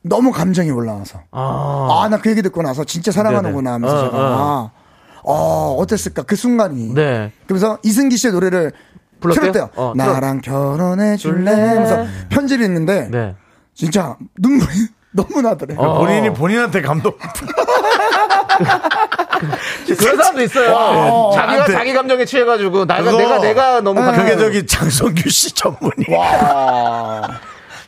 너무 감정이 올라와서 어. 아 나 그 얘기 듣고 나서 진짜 사랑하는구나 하면서 제가 아, 어 어땠을까 그 순간이 네. 그래서 이승기 씨의 노래를 불렀대요? 틀었대요. 어, 나랑 결혼해 줄래? 하면서 편지를 읽는데 네. 진짜 눈물이 [LAUGHS] 너무 나더래. 요 어. 본인이 본인한테 감동. 그런 사람도 있어요. 와, 아, 네. 자기가 나한테. 자기 감정에 취해가지고 내가 그거. 내가 내가 너무 아. 감정. 그게 저기 장성규 씨 전문이. [LAUGHS]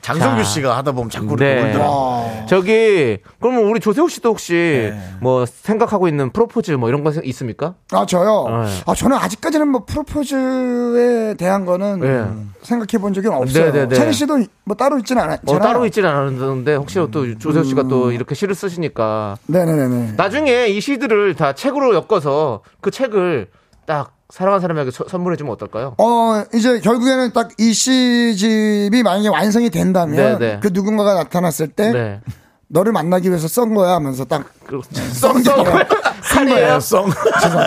장성규 자. 씨가 하다 보면 자꾸 네. 이렇게 울더라고요. 저기 그러면 우리 조세호 씨도 혹시 뭐 생각하고 있는 프로포즈 뭐 이런 거 있습니까? 아 저요. 네. 아 저는 아직까지는 뭐 프로포즈에 대한 거는 네. 생각해 본 적이 네, 없어요. 네, 네. 찬희 씨도 뭐 따로 있진 않았잖아요. 어, 따로 있진 않았는데 혹시 음. 또 조세호 씨가 또 이렇게 시를 쓰시니까 네네네네. 나중에 이 시들을 다 책으로 엮어서 그 책을 딱 사랑하는 사람에게 서- 선물해주면 어떨까요? 어 이제 결국에는 딱 이 시집이 만약에 완성이 된다면 네, 네. 그 누군가가 나타났을 때 네. 너를 만나기 위해서 썬 거야 [LAUGHS] 하면서 딱 [LAUGHS] 그- 썬 거야. 칼이에요? 예, 성.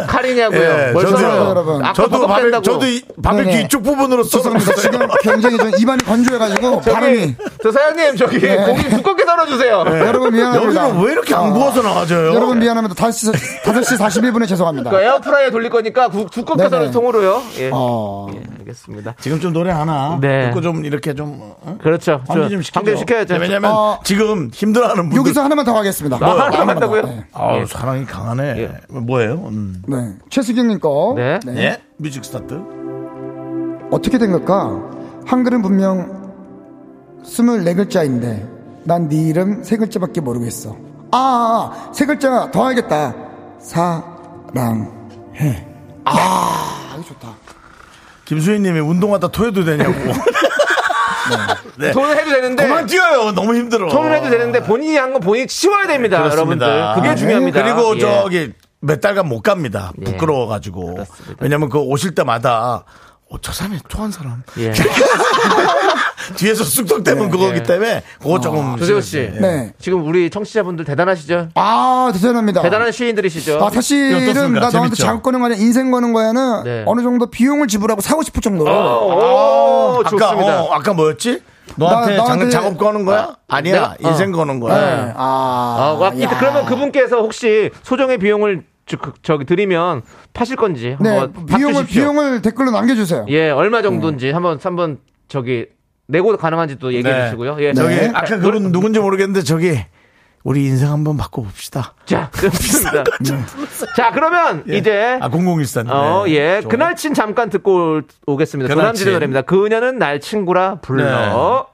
칼이냐고요? 예, 뭘 저도요. 써요? 여러분. 아까 저도 바벨, 뻑뻑댄다고. 저도 이- 바벨 네네. 귀 이쪽 부분으로 써서 [LAUGHS] 죄송합니다. 지금 굉장히 좀 입안이 건조해가지고 발음이 저기 저 사장님 저기 예. 고기 두껍게 썰어주세요. 여러분 미안합니다. 아. 여기는 왜 이렇게 안 구워서 나와져요? 여러분 미안합니다. 5시, 5시 41분에 죄송합니다. 그 에어프라이어 돌릴 거니까 구- 두껍게 네네. 썰어서 통으로요. 예. 어. 예, 알겠습니다. 지금 좀 노래 하나 네. 듣고 좀 이렇게 좀 어? 그렇죠. 환기 좀 시켜. 환기 좀 시켜야죠. 왜냐면 뭐 어. 지금 힘들어하는 분들. 여기서 하나만 더 하겠습니다. 아, 하나만 하나만 더. 한다고요? 네. 아우, 사랑이 강하네. 예. 뭐예요? 음. 네. 최수경님 거. 네. 네. 예? 뮤직 스타트. 어떻게 된 걸까? 한글은 분명 24글자인데 난 네 이름 세글자밖에 모르겠어. 아, 아, 세 글자 더 알겠다. 사랑해. 아, 이거 좋다. 김수희님이 운동하다 토해도 되냐고. [LAUGHS] 네. 돈을 해도 되는데 그만 뛰어요. 너무 힘들어. 돈을 해도 되는데 본인이 한 건 본인이 치워야 됩니다, 그렇습니다. 여러분들. 그게 네. 중요합니다. 그리고 예. 저기 몇 달간 못 갑니다. 예. 부끄러워가지고. 그렇습니다. 왜냐면 그 오실 때마다 어, 저 사람이 토한 사람. [LAUGHS] 예. 뒤에서 쑥덕대면 예, 그거기 예. 어, 때문에 그거 조금. 조세호 씨. 예. 네. [LAUGHS] 지금 우리 청취자분들 대단하시죠? 아, 대단합니다. 대단한 시인들이시죠? 아, 사실은 어떻습니까? 나 너한테 재밌죠? 작업 거는 거냐, 인생 거는 거야는 네. 어느 정도 비용을 지불하고 사고 싶을 정도로. 어, 오, 아, 아까, 좋습니다. 어, 아까 뭐였지? 너한테 나- 장, 나한테- 작업 거는 거야? 아니야. 내가- 어. 인생 거는 거야. 네. 아, 아, 와, 이때 야. 그러면 그분께서 혹시 소정의 비용을 저, 그- 저기 드리면 파실 건지 네, 한번 비용을 봐주십시오. 비용을 댓글로 남겨주세요. 예, 얼마 정도인지 한번 한번 저기 내고 가능한지 또 얘기해 음. 네. 주시고요. 예, 저기 네. 아까 그분 누군지 모르겠는데 저기 우리 인생 한번 바꿔봅시다. 자, [LAUGHS] 좋습니다. 자, 그러면 이제 아 001산. 네. 어, 예. 그날 친 잠깐 듣고 올- 오겠습니다. 그날 조남진의 친. 노래입니다. 그녀는 날 친구라 불러.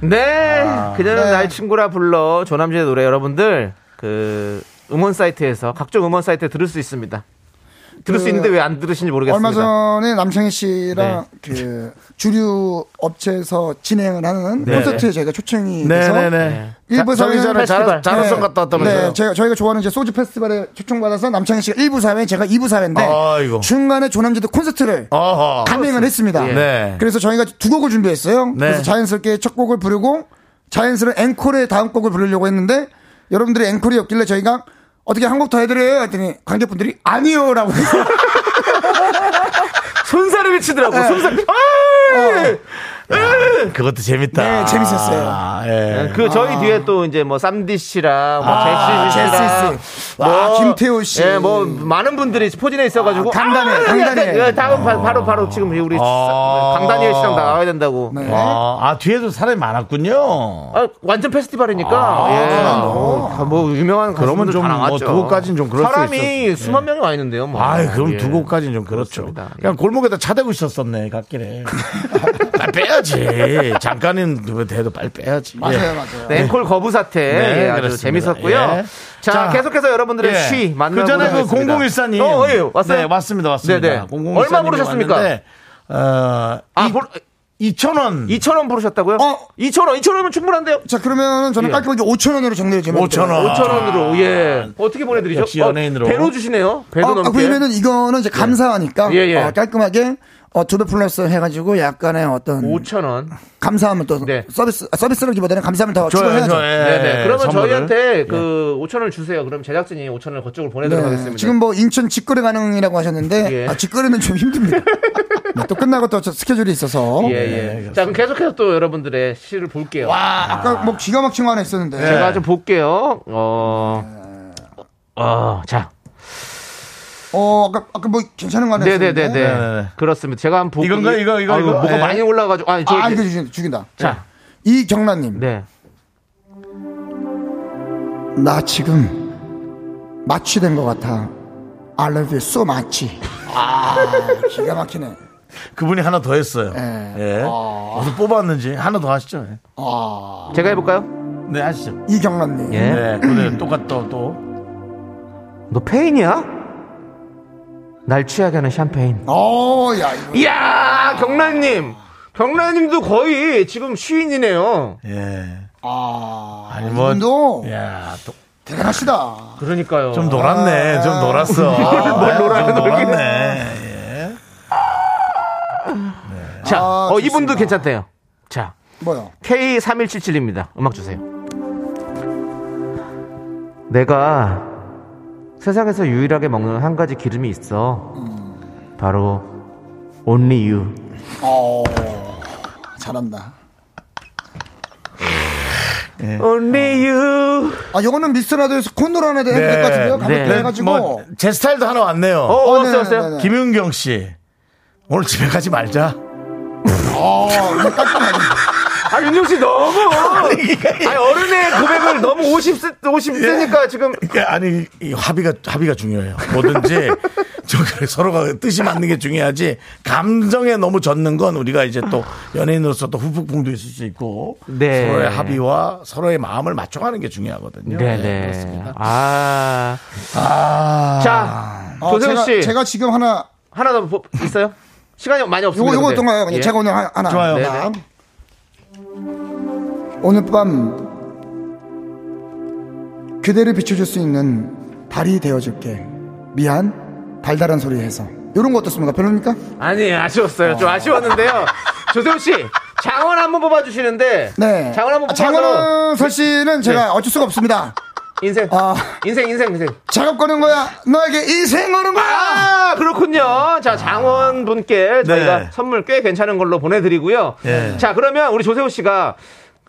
네. 그녀는 날 친구라 불러. 조남진의 노래 여러분들 그 음원 사이트에서 각종 음원 사이트에 들을 수 있습니다. 들을 수 그 있는데 왜 안 들으시는지 모르겠습니다. 얼마 전에 남창희 씨랑 네. 그 주류 업체에서 진행을 하는 네. 콘서트에 저희가 초청이 돼서 네네네. 일부 저기 사회는 전에 자- 페스티벌. 자라성 갔다 왔다면서요. 네, 제가 저희가 좋아하는 이제 소주 페스티벌에 초청받아서 남창희 씨가 1부 사회, 제가 2부 사회인데 아이고. 중간에 조남지도 콘서트를 어허. 감행을 했습니다. 예. 네. 그래서 저희가 두 곡을 준비했어요. 그래서 자연스럽게 첫 곡을 부르고 자연스러운 앵콜의 다음 곡을 부르려고 했는데 여러분들이 앵콜이 없길래 저희가 어떻게 한 곡 더 해드려요? 했더니 관객분들이 아니요라고 해서 손사를 미치더라고. 손사. 그것도 재밌다. 네, 재밌었어요. 아, 예. 그 저희 뒤에 또 이제 뭐 쌈디 씨랑 뭐 아, 제시 씨랑 제시스. 와, 김태호 씨. 뭐, 예, 뭐 많은 분들이 포진해 있어가지고 아, 강단에, 아, 강단에. 예, 다음 바- 바로 바로 지금 우리 아. 강단일 씨랑 나가야 된다고. 네. 아, 아, 뒤에도 사람이 많았군요. 아, 완전 페스티벌이니까 예. 어, 다뭐 유명한 아, 그러면 가수분들 좀 다 뭐 나왔죠. 두 곡까지는 좀 그럴 수 네. 사람이 수만 명이 와 있는데요. 뭐. 아, 그럼 예. 두 곡까지는 좀 그렇죠. 그렇습니다. 예. 그냥 골목에다 차대고 있었었네, [LAUGHS] 갓길에. 아, 빼야지. 잠깐은 돼도 빨리 빼야지. 맞아요, 예. 맞아요. 네, 앵콜 거부 사태 네, 예, 아주 그렇습니다. 재밌었고요. 예. 자, 자, 계속해서 여러분들의 예. 쉬 만나보도록 그 전에 그 하겠습니다. 0014님. 어, 예, 왔어요. 네, 왔습니다, 왔습니다. 네네. 0014 얼마 님이 부르셨습니까? 왔는데, 어, 아, 이, 볼- 2,000원. 2,000원 부르셨다고요? 어. 2,000원, 2,000원이면 충분한데요? 자 그러면 저는 예. 깔끔하게 5천 원으로 정리해 주면 5,000원. 5,000원으로, 예. 어떻게 보내드리죠? 아. 역시 연예인으로. 배로 주시네요. 배로 아, 넘게. 그러면은 이거는 이제 감사하니까 예, 예. 아, 깔끔하게 어, 투더 플러스 해가지고 약간의 어떤 5천 원. 감사함을 또 네. 서비스 아, 서비스라기보다는 감사함을 더 줘요, 추가해야죠. 줘요. 예, 네네. 그러면 선물을. 예. 저희한테 그 5천 원을 주세요. 그럼 제작진이 5천 원을 거쪽으로 보내도록 하겠습니다. 지금 뭐 인천 직거래 가능이라고 하셨는데 예. 아, 직거래는 [LAUGHS] 좀 힘듭니다. 네, 또 끝나고 또저 스케줄이 있어서 예, 네, 예. 자, 그럼 계속해서 또 여러분들의 시를 볼게요. 아까 뭐 기가 막힌 거 하나 있었는데 네. 제가 좀 볼게요. 어, 어, 자. 어 아까 아까 뭐 괜찮은 거 하나 있었는데 네네네네. 네네네. 그렇습니다. 제가 한번 보고. 이건가요? 이거, 이거, 아, 이거? 뭐가 예. 많이 올라가지고. 아, 저. 아 이거 이게- 죽인- 죽인다. 자, 이경란님 네. 나 지금 마취된 것 같아. I love you so much. 아 [LAUGHS] 기가 막히네. 그분이 하나 더 했어요. 네. 예. 예. 아. 어디서 뽑았는지 하나 더 하시죠. 예. 제가 해볼까요? 네, 하시죠. 이경란님 예. 네, 그래 똑같 또 또. 너 페인이야? 날 취하게 하는 샴페인. 어야 이거 이야, 경란님. 경란님도 거의 지금 시인이네요. 예. 아 아니 뭐. 이분도 야, 또- 대단하시다. 그러니까요. 좀 놀았네. 좀 놀았어. 아. [LAUGHS] 뭘 놀아요? 놀았네. 자, 아, 어, 좋습니다. 이분도 괜찮대요. 자, 뭐요? K3177입니다. 음악 주세요. 내가 세상에서 유일하게 먹는 한 가지 기름이 있어. 바로 only you. 어 잘한다. only you. 아, 요거는 미스라도에서 콘도란에 대한 네. 것 같은데요. 가볍게 네. 해가지고. 뭐, 제 스타일도 하나 왔네요. 어, 어, 네, 왔어요, 네, 왔어요. 네, 네. 김윤경 씨. 오늘 집에 가지 말자. 아, 윤종 씨 [LAUGHS] 너무. 아니, 어른의 고백을 너무 50세, 50세니까 지금. 예, 아니 이 합의가 합의가 중요해요. [LAUGHS] 뭐든지 저 그래, 서로가 뜻이 맞는 게 중요하지 감정에 너무 젖는 건 우리가 이제 또 연예인으로서 또 후폭풍도 있을 수 있고 네. 서로의 합의와 서로의 마음을 맞춰가는 게 중요하거든요. 네, 네네. 그렇습니다. 아. 아, 자, 어, 조세호 제가, 씨. 제가 지금 하나, 하나 더 보- 있어요? 시간이 많이 없습니다. 요거, 요거 근데. 어떤가요? 그냥 예. 네, 제가 오늘 하- 하나. 좋아요. 나. 오늘 밤, 그대를 비춰줄 수 있는 달이 되어줄게. 미안, 달달한 소리 해서. 요런 거 어떻습니까? 별로입니까? 아니 아쉬웠어요. 좀 아쉬웠는데요. 조세호 씨 장원 한번 뽑아주시는데 네. 장원 한번 네. 뽑아서 아, 장원은설 씨는 제가 어쩔 수가 없습니다. 인생 아. 인생 인생 인생 작업 거는 거야. 너에게 인생 거는 거야. 아 그렇군요. 자 장원 분께 저희가 네. 선물 꽤 괜찮은 걸로 보내드리고요. 네. 자 그러면 우리 조세호 씨가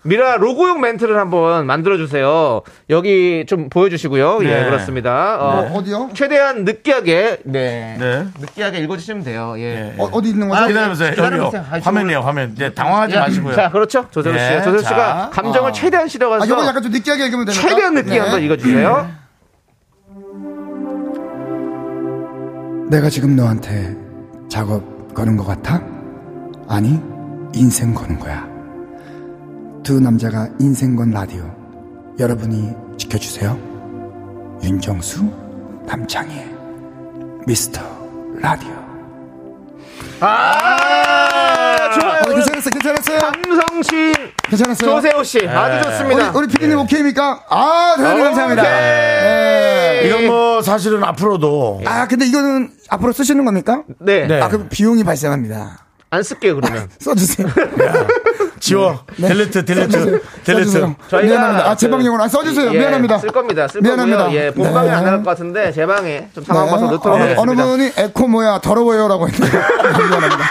미라 로고용 멘트를 한번 만들어 주세요. 여기 좀 보여주시고요. 네. 예 그렇습니다. 어, 어, 디요 최대한 느끼하게 네, 네. 느끼하게 읽어주시면 돼요. 예. 어, 어디 있는 아, 거죠? 네. 기다려보세요. 여기요. 기다려보세요. 아, 화면이요, 화면. 이제 당황하지 마시고요. 자 그렇죠 조세호 씨 네, 조세호 자. 씨가 감정을 최대한 아, 실어가지고 요거 약간 좀 느끼하게 읽으면 네. 되나? 최대한 느끼한 걸 읽어주세요. 내가 지금 너한테 작업 거는 것 같아? 아니, 인생 거는 거야. 두 남자가 인생 건 라디오. 여러분이 지켜주세요. 윤정수, 남창희, 미스터 라디오. 아, 좋아요. 어, 괜찮았어요, 괜찮았어요. 감성신 괜찮았어요. 조세호 씨 아주 좋습니다. 네. 우리, 우리 피디님 오케이입니까? 아, 어, 대단히 감사합니다. 네. 이건 뭐 사실은 앞으로도 아, 근데 이거는 앞으로 쓰시는 겁니까? 네, 네. 아, 그럼 비용이 발생합니다. 안 쓸게요 그러면. 써주세요. 지워. 딜리트, 딜리트, 딜리트. 네, 써주세요. 미안합니다. 아, 제 그- 방향으로 안 써주세요. 예, 미안합니다. 쓸 겁니다. 쓸 미안합니다. 거고요. 예, 본방에 네. 안 나갈 것 같은데 제 방에 좀 상황 봐서 네. 넣도록 어, 하겠습니다. 어느 분이 에코 뭐야 [LAUGHS] 더러워요라고 했는데 미안합니다.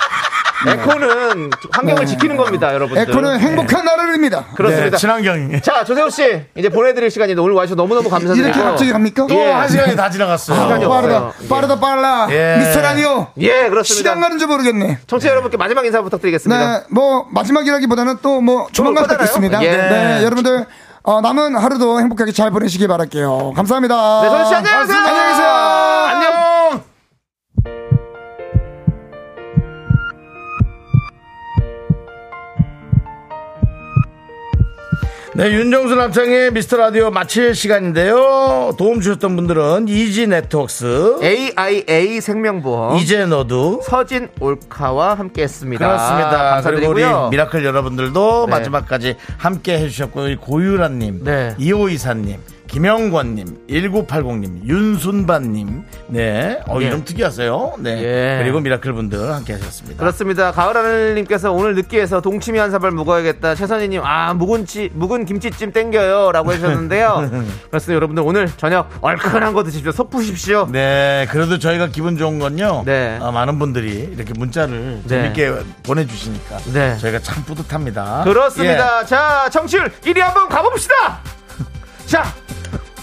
에코는 환경을 지키는 겁니다, 여러분들. 네. 네. 에코는 행복한 나라입니다. 네, 그렇습니다. 친환경. 자, 조세호 씨 이제 보내드릴 시간인데 오늘 와주셔서 너무너무 감사드리고. 이렇게 갑자기 갑니까? 예. 어, 또한 아, 시간이 다 지나갔어요. 네. 시간이 없어요. 빠르다, 예. 빠르다, 빨라. 예. 미스터 라디오 예, 그렇습니다. 시간 가는 줄 모르겠네. 청취자 여러분께 마지막 인사 부탁드리겠습니다. 네, 뭐 마지막이라기보다는 또 뭐 조만간 또 뵙겠습니다. 예. 네, 여러분들 어, 남은 하루도 행복하게 잘 보내시기 바랄게요. 감사합니다. 네, 조세호 씨 안녕히 가세요. 안녕히 계세요. 안녕. 네, 윤정수 남창의 미스터 라디오 마칠 시간인데요. 도움 주셨던 분들은 이지 네트웍스, AIA 생명보험 이제 너도. 서진 올카와 함께했습니다. 그렇습니다. 그리고 우리 감사드리고요. 미라클 여러분들도 네. 마지막까지 함께 해주셨고요. 우리 고유라님, 네. 이호이사님, 김영권님, 1980님, 윤순반님, 네, 어, 이름 특이하세요. 네, 예. 그리고 미라클 분들 함께 하셨습니다. 그렇습니다. 가을하늘님께서 오늘 늦게해서 동치미 한 사발 묵어야겠다. 최선희님, 아, 묵은치, 묵은 김치찜 땡겨요. 라고 [LAUGHS] 해주셨는데요. 그렇습니다. 여러분들 오늘 저녁 얼큰한 거 드십시오. 속 푸십시오. 네, 그래도 저희가 기분 좋은 건요. 네. 아, 많은 분들이 이렇게 문자를 네. 재밌게 보내주시니까 네. 저희가 참 뿌듯합니다. 예. 그렇습니다. 자, 청취율 1위 한번 가봅시다. 자,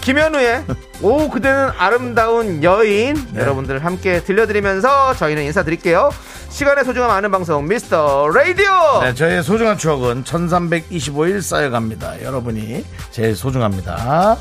김현우의 오 그대는 아름다운 여인 네. 여러분들 함께 들려드리면서 저희는 인사드릴게요. 시간의 소중함 아는 방송 미스터 라디오. 예. 네, 저희의 소중한 추억은 1325일 쌓여갑니다. 여러분이 제일 소중합니다.